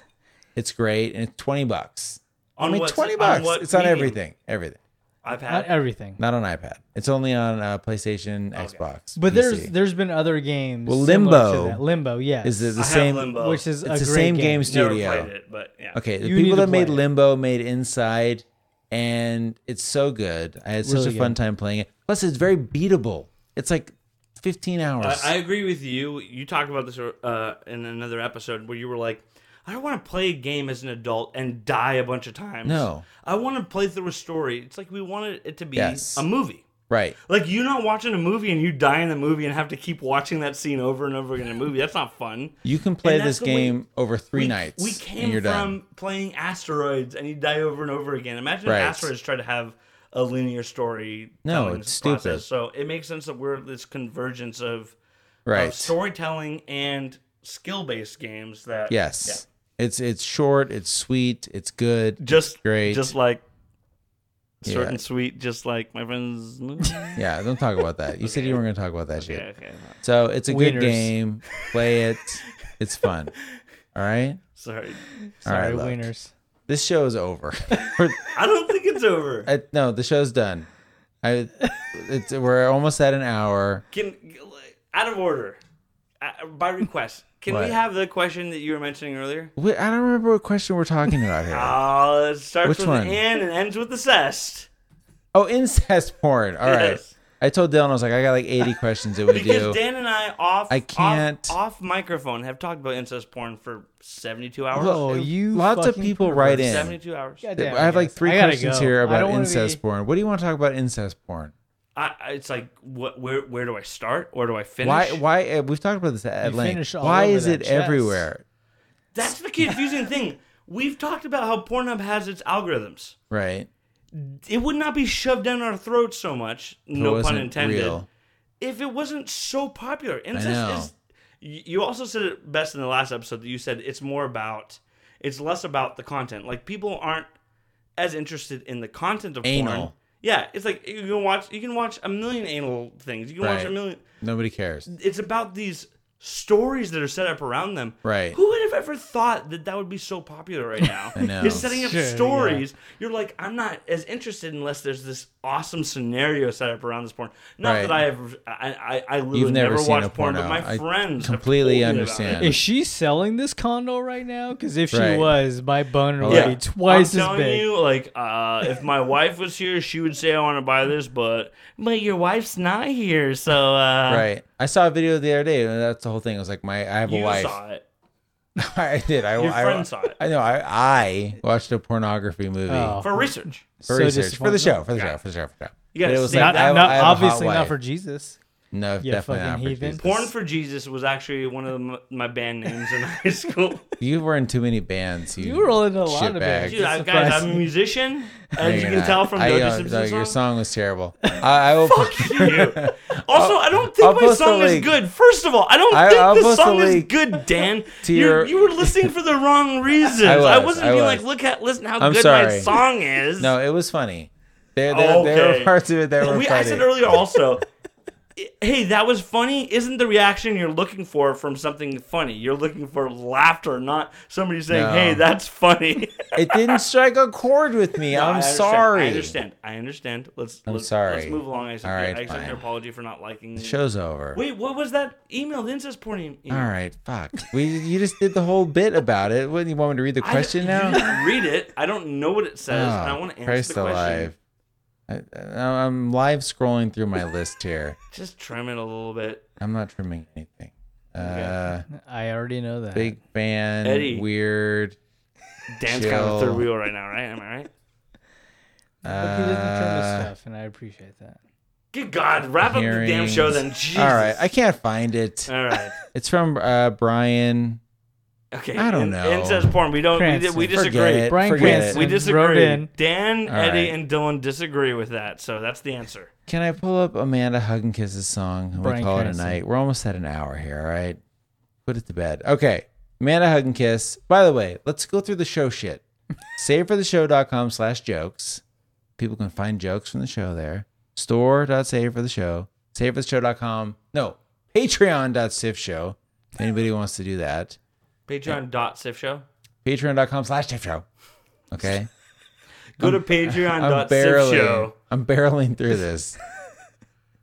S1: It's great. And it's 20 bucks.
S3: On
S1: I mean,
S3: what's-
S1: 20 bucks.
S3: what
S1: it's on
S3: medium?
S1: everything. Everything.
S3: I've
S2: Not
S3: had.
S2: everything.
S1: Not on iPad. It's only on uh, PlayStation, Xbox.
S2: But there's
S1: PC.
S2: there's been other games.
S1: Well,
S2: similar to
S1: Limbo
S2: that. Limbo, yes.
S1: is it the
S3: I have
S1: same?
S3: Limbo.
S2: which is
S1: It's
S2: a
S1: the
S2: great
S1: same
S2: game.
S1: game studio.
S3: Never played it, but yeah.
S1: Okay, the
S2: You need
S1: people
S2: to
S1: that made
S2: play it.
S1: Limbo made Inside, and it's so good. I had such
S2: Really
S1: a fun
S2: good.
S1: time playing it. Plus, it's very beatable. It's like 15 hours.
S3: I, I agree with you. You talked about this uh, in another episode where you were like, I don't want to play a game as an adult and die a bunch of times.
S1: No.
S3: I want to play through a story. It's like we wanted it to be
S1: Yes.
S3: a movie.
S1: right.
S3: Like you not watching a movie and you die in the movie and have to keep watching that scene over and over again in a movie. That's not fun.
S1: You can play
S3: And that's
S1: this
S3: the way-
S1: game over three
S3: we,
S1: nights,
S3: We came
S1: and you're
S3: from
S1: done.
S3: playing asteroids and you die over and over again. Imagine if
S1: Right.
S3: asteroids try to have a linear story.
S1: No,
S3: telling
S1: it's
S3: process.
S1: stupid.
S3: So it makes sense that we're this convergence of of
S1: Right.
S3: storytelling and skill based games that
S1: Yes. It's it's short. It's sweet. It's good.
S3: yeah. just
S1: Great.
S3: just like
S1: Yeah.
S3: certain sweet just like my friends yeah
S1: yeah. Don't talk about that. You said you weren't going to talk about that shit.
S3: okay
S1: So it's a
S2: Wieners.
S1: good game. Play it. It's fun. All right.
S3: sorry
S2: Sorry,
S1: All right. Look,
S2: wieners.
S1: this show is over. We're-
S3: I don't think it's over
S1: I, no, the show's done. I, it's, we're almost at an hour.
S3: can out of order uh, by request can
S1: What?
S3: we have the question that you were mentioning earlier
S1: Wait, I don't remember what question we're talking about here.
S3: uh, it starts
S1: Which
S3: with
S1: one?
S3: an and and ends with the cest
S1: Oh, incest porn. All right.
S3: Yes.
S1: I told Dylan I was like, I got like 80 questions that we
S3: because
S1: do.
S3: Dan and I off
S1: I
S3: off-
S1: can't-
S3: off, microphone have talked about incest porn for 72 hours
S2: Oh, you
S1: Lots of
S2: fucking
S1: people
S2: pervert.
S1: write in.
S3: 72 hours
S2: God
S1: I
S2: damn,
S1: have like
S2: guys.
S1: three
S2: I gotta
S1: questions
S2: go.
S1: here
S2: I
S1: about
S2: don't wanna
S1: incest
S2: be-
S1: porn. What do you want to talk about incest porn?
S3: I, I- it's like what where where do I start? Where do I finish?
S1: Why? Why? uh, We've talked about this at
S2: You
S1: length.
S2: finish all
S1: Why
S2: over
S1: is
S2: that
S1: it
S2: chest.
S1: everywhere?
S3: That's the confusing thing. We've talked about how Pornhub has its algorithms.
S1: Right.
S3: It would not be shoved down our throats so much,
S1: If it
S3: no pun
S1: wasn't
S3: intended,
S1: real.
S3: if it wasn't so popular.
S1: know.
S3: Incest is. y- You also said it best in the last episode that you said it's more about, it's less about the content. Like people aren't as interested in the content of porn.
S1: Anal.
S3: Yeah, it's like you can watch you can watch a million anal things. You can watch a
S1: Right.
S3: million.
S1: Nobody cares.
S2: Uh,
S3: it's about these stories that are set up around them.
S1: Right.
S3: Who would have ever thought that that would be so popular right now? I
S1: know.
S3: You're setting up
S2: Sure, yeah.
S3: stories. You're like, I'm not as interested unless there's this awesome scenario set up around this porn. Not
S1: Right.
S3: that I have, I, I, I literally
S1: You've never,
S3: never,
S1: seen a
S3: watched porn,
S1: porno.
S3: but my friends
S1: I
S3: have
S1: completely
S3: told me about
S1: understand.
S3: it.
S2: Is she selling this condo right now? Because if she
S1: Right.
S2: was, my boner would
S1: Yeah.
S2: be twice
S3: I'm
S2: as
S3: telling
S2: big.
S3: you, like, uh, if my wife was here, she would say, "I want to buy this," but but your wife's not here, so uh,
S1: Right. I saw a video the other day. and That's the whole thing. I was like, my I have
S3: You
S1: a wife.
S3: saw it.
S1: I did. I,
S3: Your
S1: I,
S3: friend saw it.
S1: I know. I, I watched a pornography movie
S2: Oh.
S3: for research.
S1: for
S2: So
S1: research for the
S2: disappointing.
S1: show. For the show. For the show. For the show.
S3: You gotta
S1: But it was
S3: see
S1: like
S2: Not,
S3: that.
S1: I,
S2: not
S1: I have a hot
S2: obviously not
S1: wife.
S2: for Jesus.
S1: No,
S2: You
S1: definitely not
S2: fucking
S1: for
S2: heathen.
S1: Jesus.
S3: Porn for Jesus was actually one of m- my band names in high school.
S1: You were in too many bands. You,
S2: You were in a lot of
S1: shitbag.
S2: bands.
S3: Dude, I, guys,
S2: Surprising.
S3: I'm a musician,
S1: No,
S3: as you
S1: you're
S3: can
S1: not.
S3: tell from
S1: I,
S3: Doja
S1: uh,
S3: Simpson's
S1: no, Your
S3: song.
S1: song was terrible. I, I will.
S3: You. Also, I don't think
S1: I'll
S3: my
S1: post a
S3: song is
S1: link.
S3: good. First of all, I don't
S1: Oh, I-
S3: think
S1: I'll
S3: the
S1: post a
S3: song is
S1: link
S3: good, Dan.
S1: to
S3: You're-
S1: your-
S3: you were listening for the wrong reasons.
S1: I
S3: I,
S1: was,
S3: was, not
S1: I
S3: being
S1: was.
S3: like, look at listen how
S1: I'm
S3: good
S1: sorry.
S3: my song is.
S1: No, it was funny. There, there, there
S3: Okay.
S1: were parts of it that were
S3: we,
S1: funny.
S3: I said earlier also. i- Hey, that was funny. Isn't the reaction you're looking for from something funny? You're looking for laughter, not somebody saying,
S1: No.
S3: "Hey, that's funny."
S1: It didn't strike a chord with me.
S3: No, I
S1: I'm
S3: understand.
S1: sorry.
S3: I understand. I understand. Let's.
S1: I'm
S3: let's,
S1: sorry.
S3: Let's move along. I accept,
S1: All
S3: your-
S1: right,
S3: I accept
S1: fine.
S3: your apology for not liking.
S1: The show's over.
S3: Wait, what was that email? The incest porn e- email.
S1: All right, fuck. We you just did the whole bit about it. What you want me to read the
S3: I-
S1: question
S3: you
S1: now?
S3: didn't read it. I don't know what it says. and I want to answer
S1: Oh, Christ
S3: the question.
S1: alive. I, I- I'm live scrolling through my list here.
S3: Just trim it a little bit.
S1: I'm not trimming anything. Uh,
S2: I already know that.
S1: big fan,
S3: Eddie.
S1: weird.
S3: Dan's kind of
S1: Chill.
S3: third wheel right now, right? Am I right?
S2: But he doesn't trim his
S1: Uh,
S2: stuff, and I appreciate that.
S3: Good God, wrap up the damn
S1: hearings.
S3: show then. Jesus.
S1: All right, I can't find it.
S3: All right.
S1: It's from uh, Brian.
S3: Okay.
S1: I don't
S3: in-
S1: know.
S3: Incest porn. We don't. We, di-
S2: Cranston.
S3: we disagree.
S1: Forget it.
S2: Brian
S1: Forget
S2: Cranston.
S1: it.
S3: We
S2: Wrote
S3: disagree.
S2: in.
S3: Dan,
S1: All
S3: Eddie,
S1: right.
S3: and Dylan disagree with that, so that's the answer.
S1: Can I pull up Amanda Hug and Kisses song? and We
S2: Bryan
S1: call it
S2: Cranston.
S1: a night. We're almost at an hour here. All right, put it to bed. Okay, Amanda Hug and Kiss. By the way, let's go through the show shit. Savefortheshow.com slash jokes. People can find jokes from the show there. Store.save for the show. Savefortheshow.com. No, Patreon.sif show. If anybody wants to do that.
S3: Patreon dot Sif Show.
S1: Patreon.com slash Sif show. Okay.
S3: Go to
S1: I'm
S3: patreon.sif
S1: barely,
S3: show.
S1: I'm barreling through this.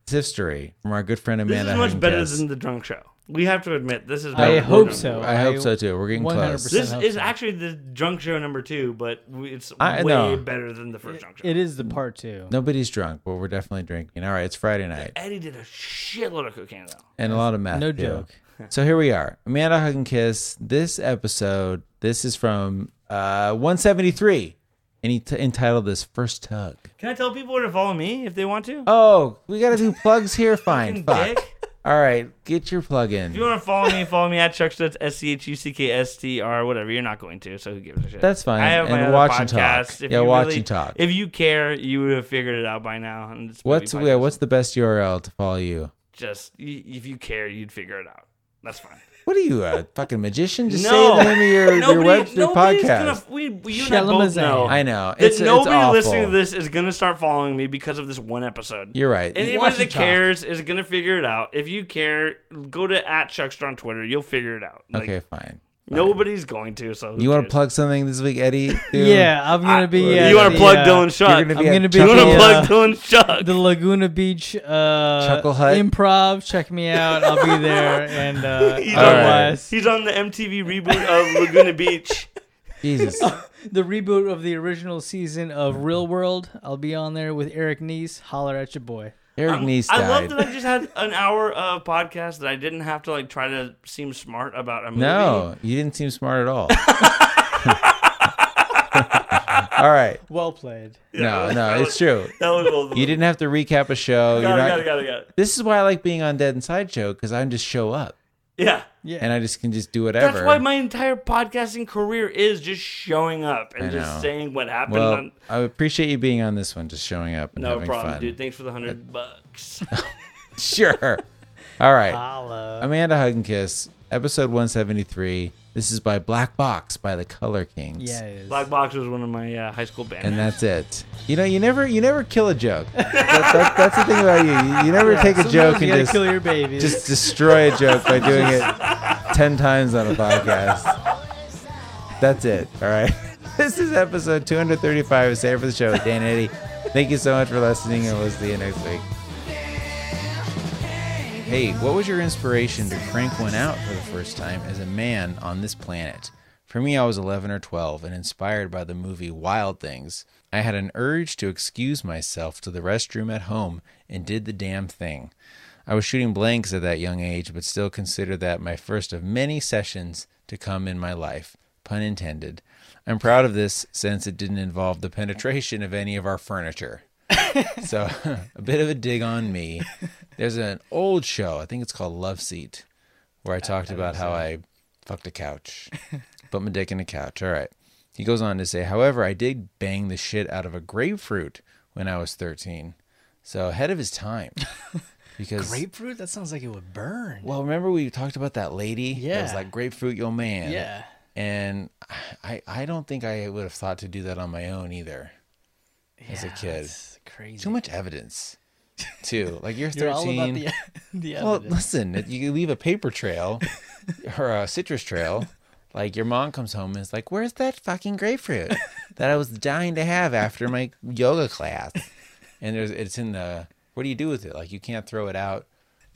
S1: It's history from our good friend
S3: This
S1: Amanda.
S3: is much better
S1: Hunkus.
S3: than the drunk show. We have to admit this is.
S2: I
S3: better.
S2: hope
S3: than-
S2: so.
S1: I hope so too. We're getting
S2: 100%.
S1: close.
S3: This
S2: hope
S3: is
S2: so.
S3: actually the drunk show number two, but we- it's
S1: I-
S3: way
S1: no.
S3: better than the first drunk show.
S2: It is the part two.
S1: Nobody's drunk, but we're definitely drinking. All right, it's Friday night
S3: Eddie did a shitload of cocaine though.
S1: and a lot of meth.
S2: No
S1: too.
S2: joke.
S1: So here we are, Amanda Hug and Kiss. This episode, this is from uh, 173, and he t- entitled this first hug.
S3: Can I tell people where to follow me if they want to?
S1: Oh, we gotta do plugs here. Fine,
S3: Fucking
S1: fuck.
S3: dick.
S1: All right, get your plug in.
S3: If you want to follow me, follow me at Chuck Stutz, S C H U C K S T R, whatever. You're not going to, so who gives a shit?
S1: That's fine.
S3: I have my
S1: And
S3: other
S1: watch
S3: podcast.
S1: and talk.
S3: If
S1: Yeah,
S3: you
S1: watch
S3: really-
S1: and talk.
S3: If you care, you would have figured it out by now. And it's
S1: What's
S3: maybe
S1: yeah,
S3: podcast.
S1: what's the best URL to follow you?
S3: just y- if you care, you'd figure it out. That's fine.
S1: What are you, a fucking magician? Just
S3: no,
S1: say the name of your, your web your
S3: nobody's
S1: podcast.
S3: Gonna, we, we, you and I both
S2: Shalamazam.
S3: know.
S1: I know.
S3: That
S1: It's,
S3: nobody
S1: it's
S3: listening to
S1: awful.
S3: this is gonna start following me because of this one episode.
S1: You're right.
S3: Anybody
S2: Watch
S3: that
S2: and talk.
S3: cares is gonna figure it out. If you care, go to at Chuckster on Twitter. You'll figure it out. Like,
S1: okay, fine.
S3: Nobody's going to. So who
S1: You want to
S3: cares?
S1: plug something this week, Eddie? Dude,
S2: Yeah, I'm gonna be.
S3: I-
S2: at
S3: you wanna
S2: the,
S3: plug
S2: uh,
S3: Dylan Shuck?
S1: You're gonna be
S2: I'm
S1: at
S2: gonna be
S1: Chuck
S3: You
S2: at
S3: want to
S2: the,
S3: plug
S2: uh,
S3: Dylan Shuck?
S2: the Laguna Beach uh,
S1: Chuckle Hut?
S2: improv. Check me out. I'll be there. And uh,
S3: He's, on,
S2: otherwise,
S3: he's on the MTV reboot of Laguna Beach.
S1: Jesus.
S2: the reboot of the original season of Real World. I'll be on there with Eric Neese. Holler at your boy.
S1: Eric Neese
S3: I
S1: died.
S3: love that I just had an hour of podcast that I didn't have to like try to seem smart about a movie.
S1: no, you didn't seem smart at all. All right.
S2: Well played.
S1: No, no, it's true.
S3: That was old.
S1: You didn't have to recap a show. You're
S3: Got it,
S1: not-
S3: got it, got it, got it.
S1: This is why I like being on Dead and Sideshow because I can just show up
S3: Yeah.
S2: Yeah.
S1: and I just can just do whatever.
S3: That's why my entire podcasting career is just showing up and
S1: I know.
S3: just saying what happened.
S1: well,
S3: on,
S1: I appreciate you being on this one, just showing up and
S3: no
S1: having
S3: problem,
S1: fun.
S3: dude. Thanks for the hundred bucks.
S1: Sure. All
S3: Uh,
S1: right.
S2: Holla.
S1: Amanda Hug and Kiss, episode 173. This is by Black Box by the Color Kings.
S2: Yeah, it is.
S3: Black Box was one of my uh, high school bands.
S1: And that's it. You know, you never, you never kill a joke. That, that, that's the thing about you. You, you never take a
S2: Sometimes
S1: joke
S2: you
S1: and
S2: gotta
S1: just
S2: kill your babies.
S1: just destroy a joke by doing it 10 times on a podcast. That's it. All right. This is episode 235 of Save for the Show with Dan Eddy. Thank you so much for listening, and we'll see you next week. Hey, what was your inspiration to crank one out for the first time as a man on this planet? For me, I was 11 or 12 and inspired by the movie Wild Things. I had an urge to excuse myself to the restroom at home and did the damn thing. I was shooting blanks at that young age, but still consider that my first of many sessions to come in my life, pun intended. I'm proud of this since it didn't involve the penetration of any of our furniture. so, a bit of a dig on me. There's an old show, I think it's called Love Seat, where I talked about how I fucked a couch, put my dick in a couch. All right. He goes on to say, however, I did bang the shit out of a grapefruit when I was 13. So, ahead of his time. Because
S2: Grapefruit? That sounds like it would burn.
S1: well, remember we talked about that lady? That was
S2: Yeah.
S1: like grapefruit your man.
S2: Yeah.
S1: And I I don't think I would have thought to do that on my own either. as a
S2: Yeah,
S1: kid.
S2: that's crazy.
S1: Too much evidence. Too. Like you're 13.
S2: You're all about the, the
S1: well,
S2: evidence.
S1: listen, if you leave a paper trail or a citrus trail. Like your mom comes home and is like, "Where's that fucking grapefruit that I was dying to have after my yoga class?" And there's it's in the what do you do with it? Like you can't throw it out,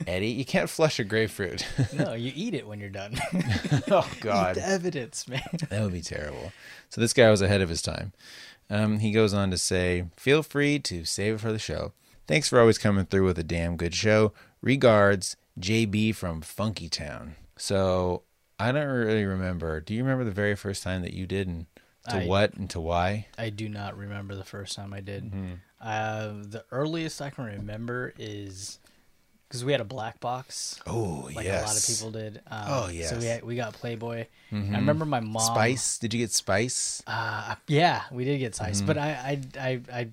S1: Eddie. You can't flush a grapefruit.
S2: No, you eat it when you're done.
S1: oh God,
S2: the evidence, man.
S1: That would be terrible. So this guy was ahead of his time. Um, he goes on to say, "Feel free to save it for the show. Thanks for always coming through with a damn good show. Regards, JB from Funky Town." So I don't really remember. Do you remember the very first time that you did, and to
S2: I-
S1: what and to why?
S2: I do not remember the first time I did.
S1: Mm-hmm.
S2: Uh, the earliest I can remember is because we had a black box.
S1: Oh
S2: like a lot of people did. Um,
S1: Oh,
S2: So we
S1: yes. Mm-hmm.
S2: had, we got Playboy. And I remember my mom.
S1: Spice? Did you get spice?
S2: Uh, yeah, we did get
S1: Mm-hmm.
S2: Spice, but I, I I I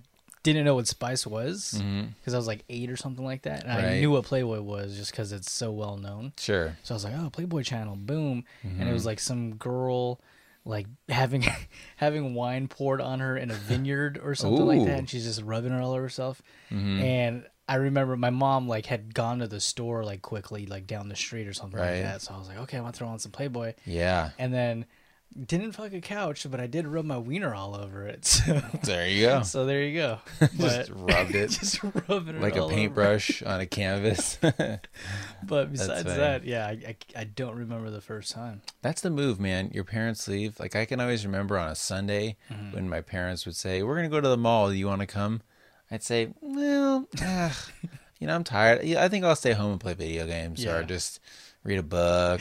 S2: didn't know what Spice was because I was like eight or something like that, and I
S1: Mm-hmm. Right.
S2: knew what Playboy was just because it's so well known.
S1: sure.
S2: So I was like, oh, Playboy Channel, boom, and it
S1: Mm-hmm.
S2: was like some girl like having having wine poured on her in a vineyard or something like
S1: Ooh.
S2: that, and she's just rubbing it all over herself.
S1: Mm-hmm.
S2: And I remember my mom like had gone to the store like quickly like down the street or something
S1: Right.
S2: like that. So I was like, okay, I want to throw on some Playboy
S1: Yeah.
S2: and then didn't fuck a couch, but I did rub my wiener all over it. So,
S1: There you go.
S2: so there you go. But
S1: Just rubbed it
S2: just rubbing it
S1: like
S2: all
S1: a
S2: over.
S1: paintbrush on a canvas.
S2: But besides
S1: funny.
S2: that, yeah, I, I, I don't remember the first time.
S1: That's the move, man. Your parents leave. Like I can always remember on a Sunday
S2: Mm-hmm.
S1: when my parents would say, "We're gonna go to the mall. Do you want to come?" I'd say, "Well, ugh, you know, I'm tired. Yeah, I think I'll stay home and play video games or
S2: Yeah.
S1: just read a book."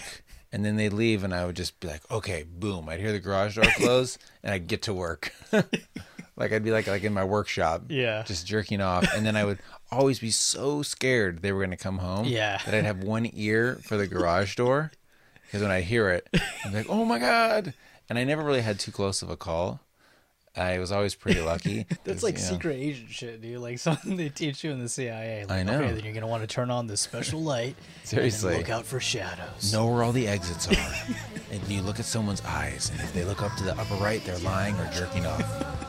S1: And then they leave, and I would just be like, "Okay, boom!" I'd hear the garage door close, and I'd get to work. like I'd be like like in my workshop,
S2: Yeah.
S1: just jerking off. And then I would always be so scared they were gonna come home,
S2: Yeah.
S1: that I'd have one ear for the garage door. Because when I hear it, I'm like, oh my God. And I never really had too close of a call. I was always pretty lucky.
S2: That's
S1: 'cause,
S2: like
S1: you know,
S2: secret agent shit, dude. Like something they teach you in the CIA. Like,
S1: I know.
S2: Okay, then you're gonna want to turn on this special light.
S1: Seriously.
S2: And then look out for shadows.
S1: Know where all the exits are. and you look at someone's eyes, and if they look up to the upper right, they're lying or jerking off.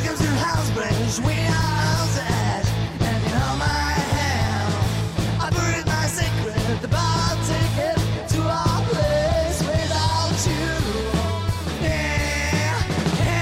S7: We are outside, and you know my hand. I buried my secret, the ball ticket to our place without you. Yeah.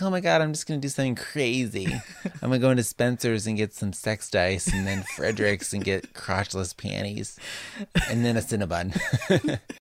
S1: oh my God, I'm just going to do something crazy. I'm going to go into Spencer's and get some sex dice and then Frederick's and get crotchless panties and then a Cinnabon.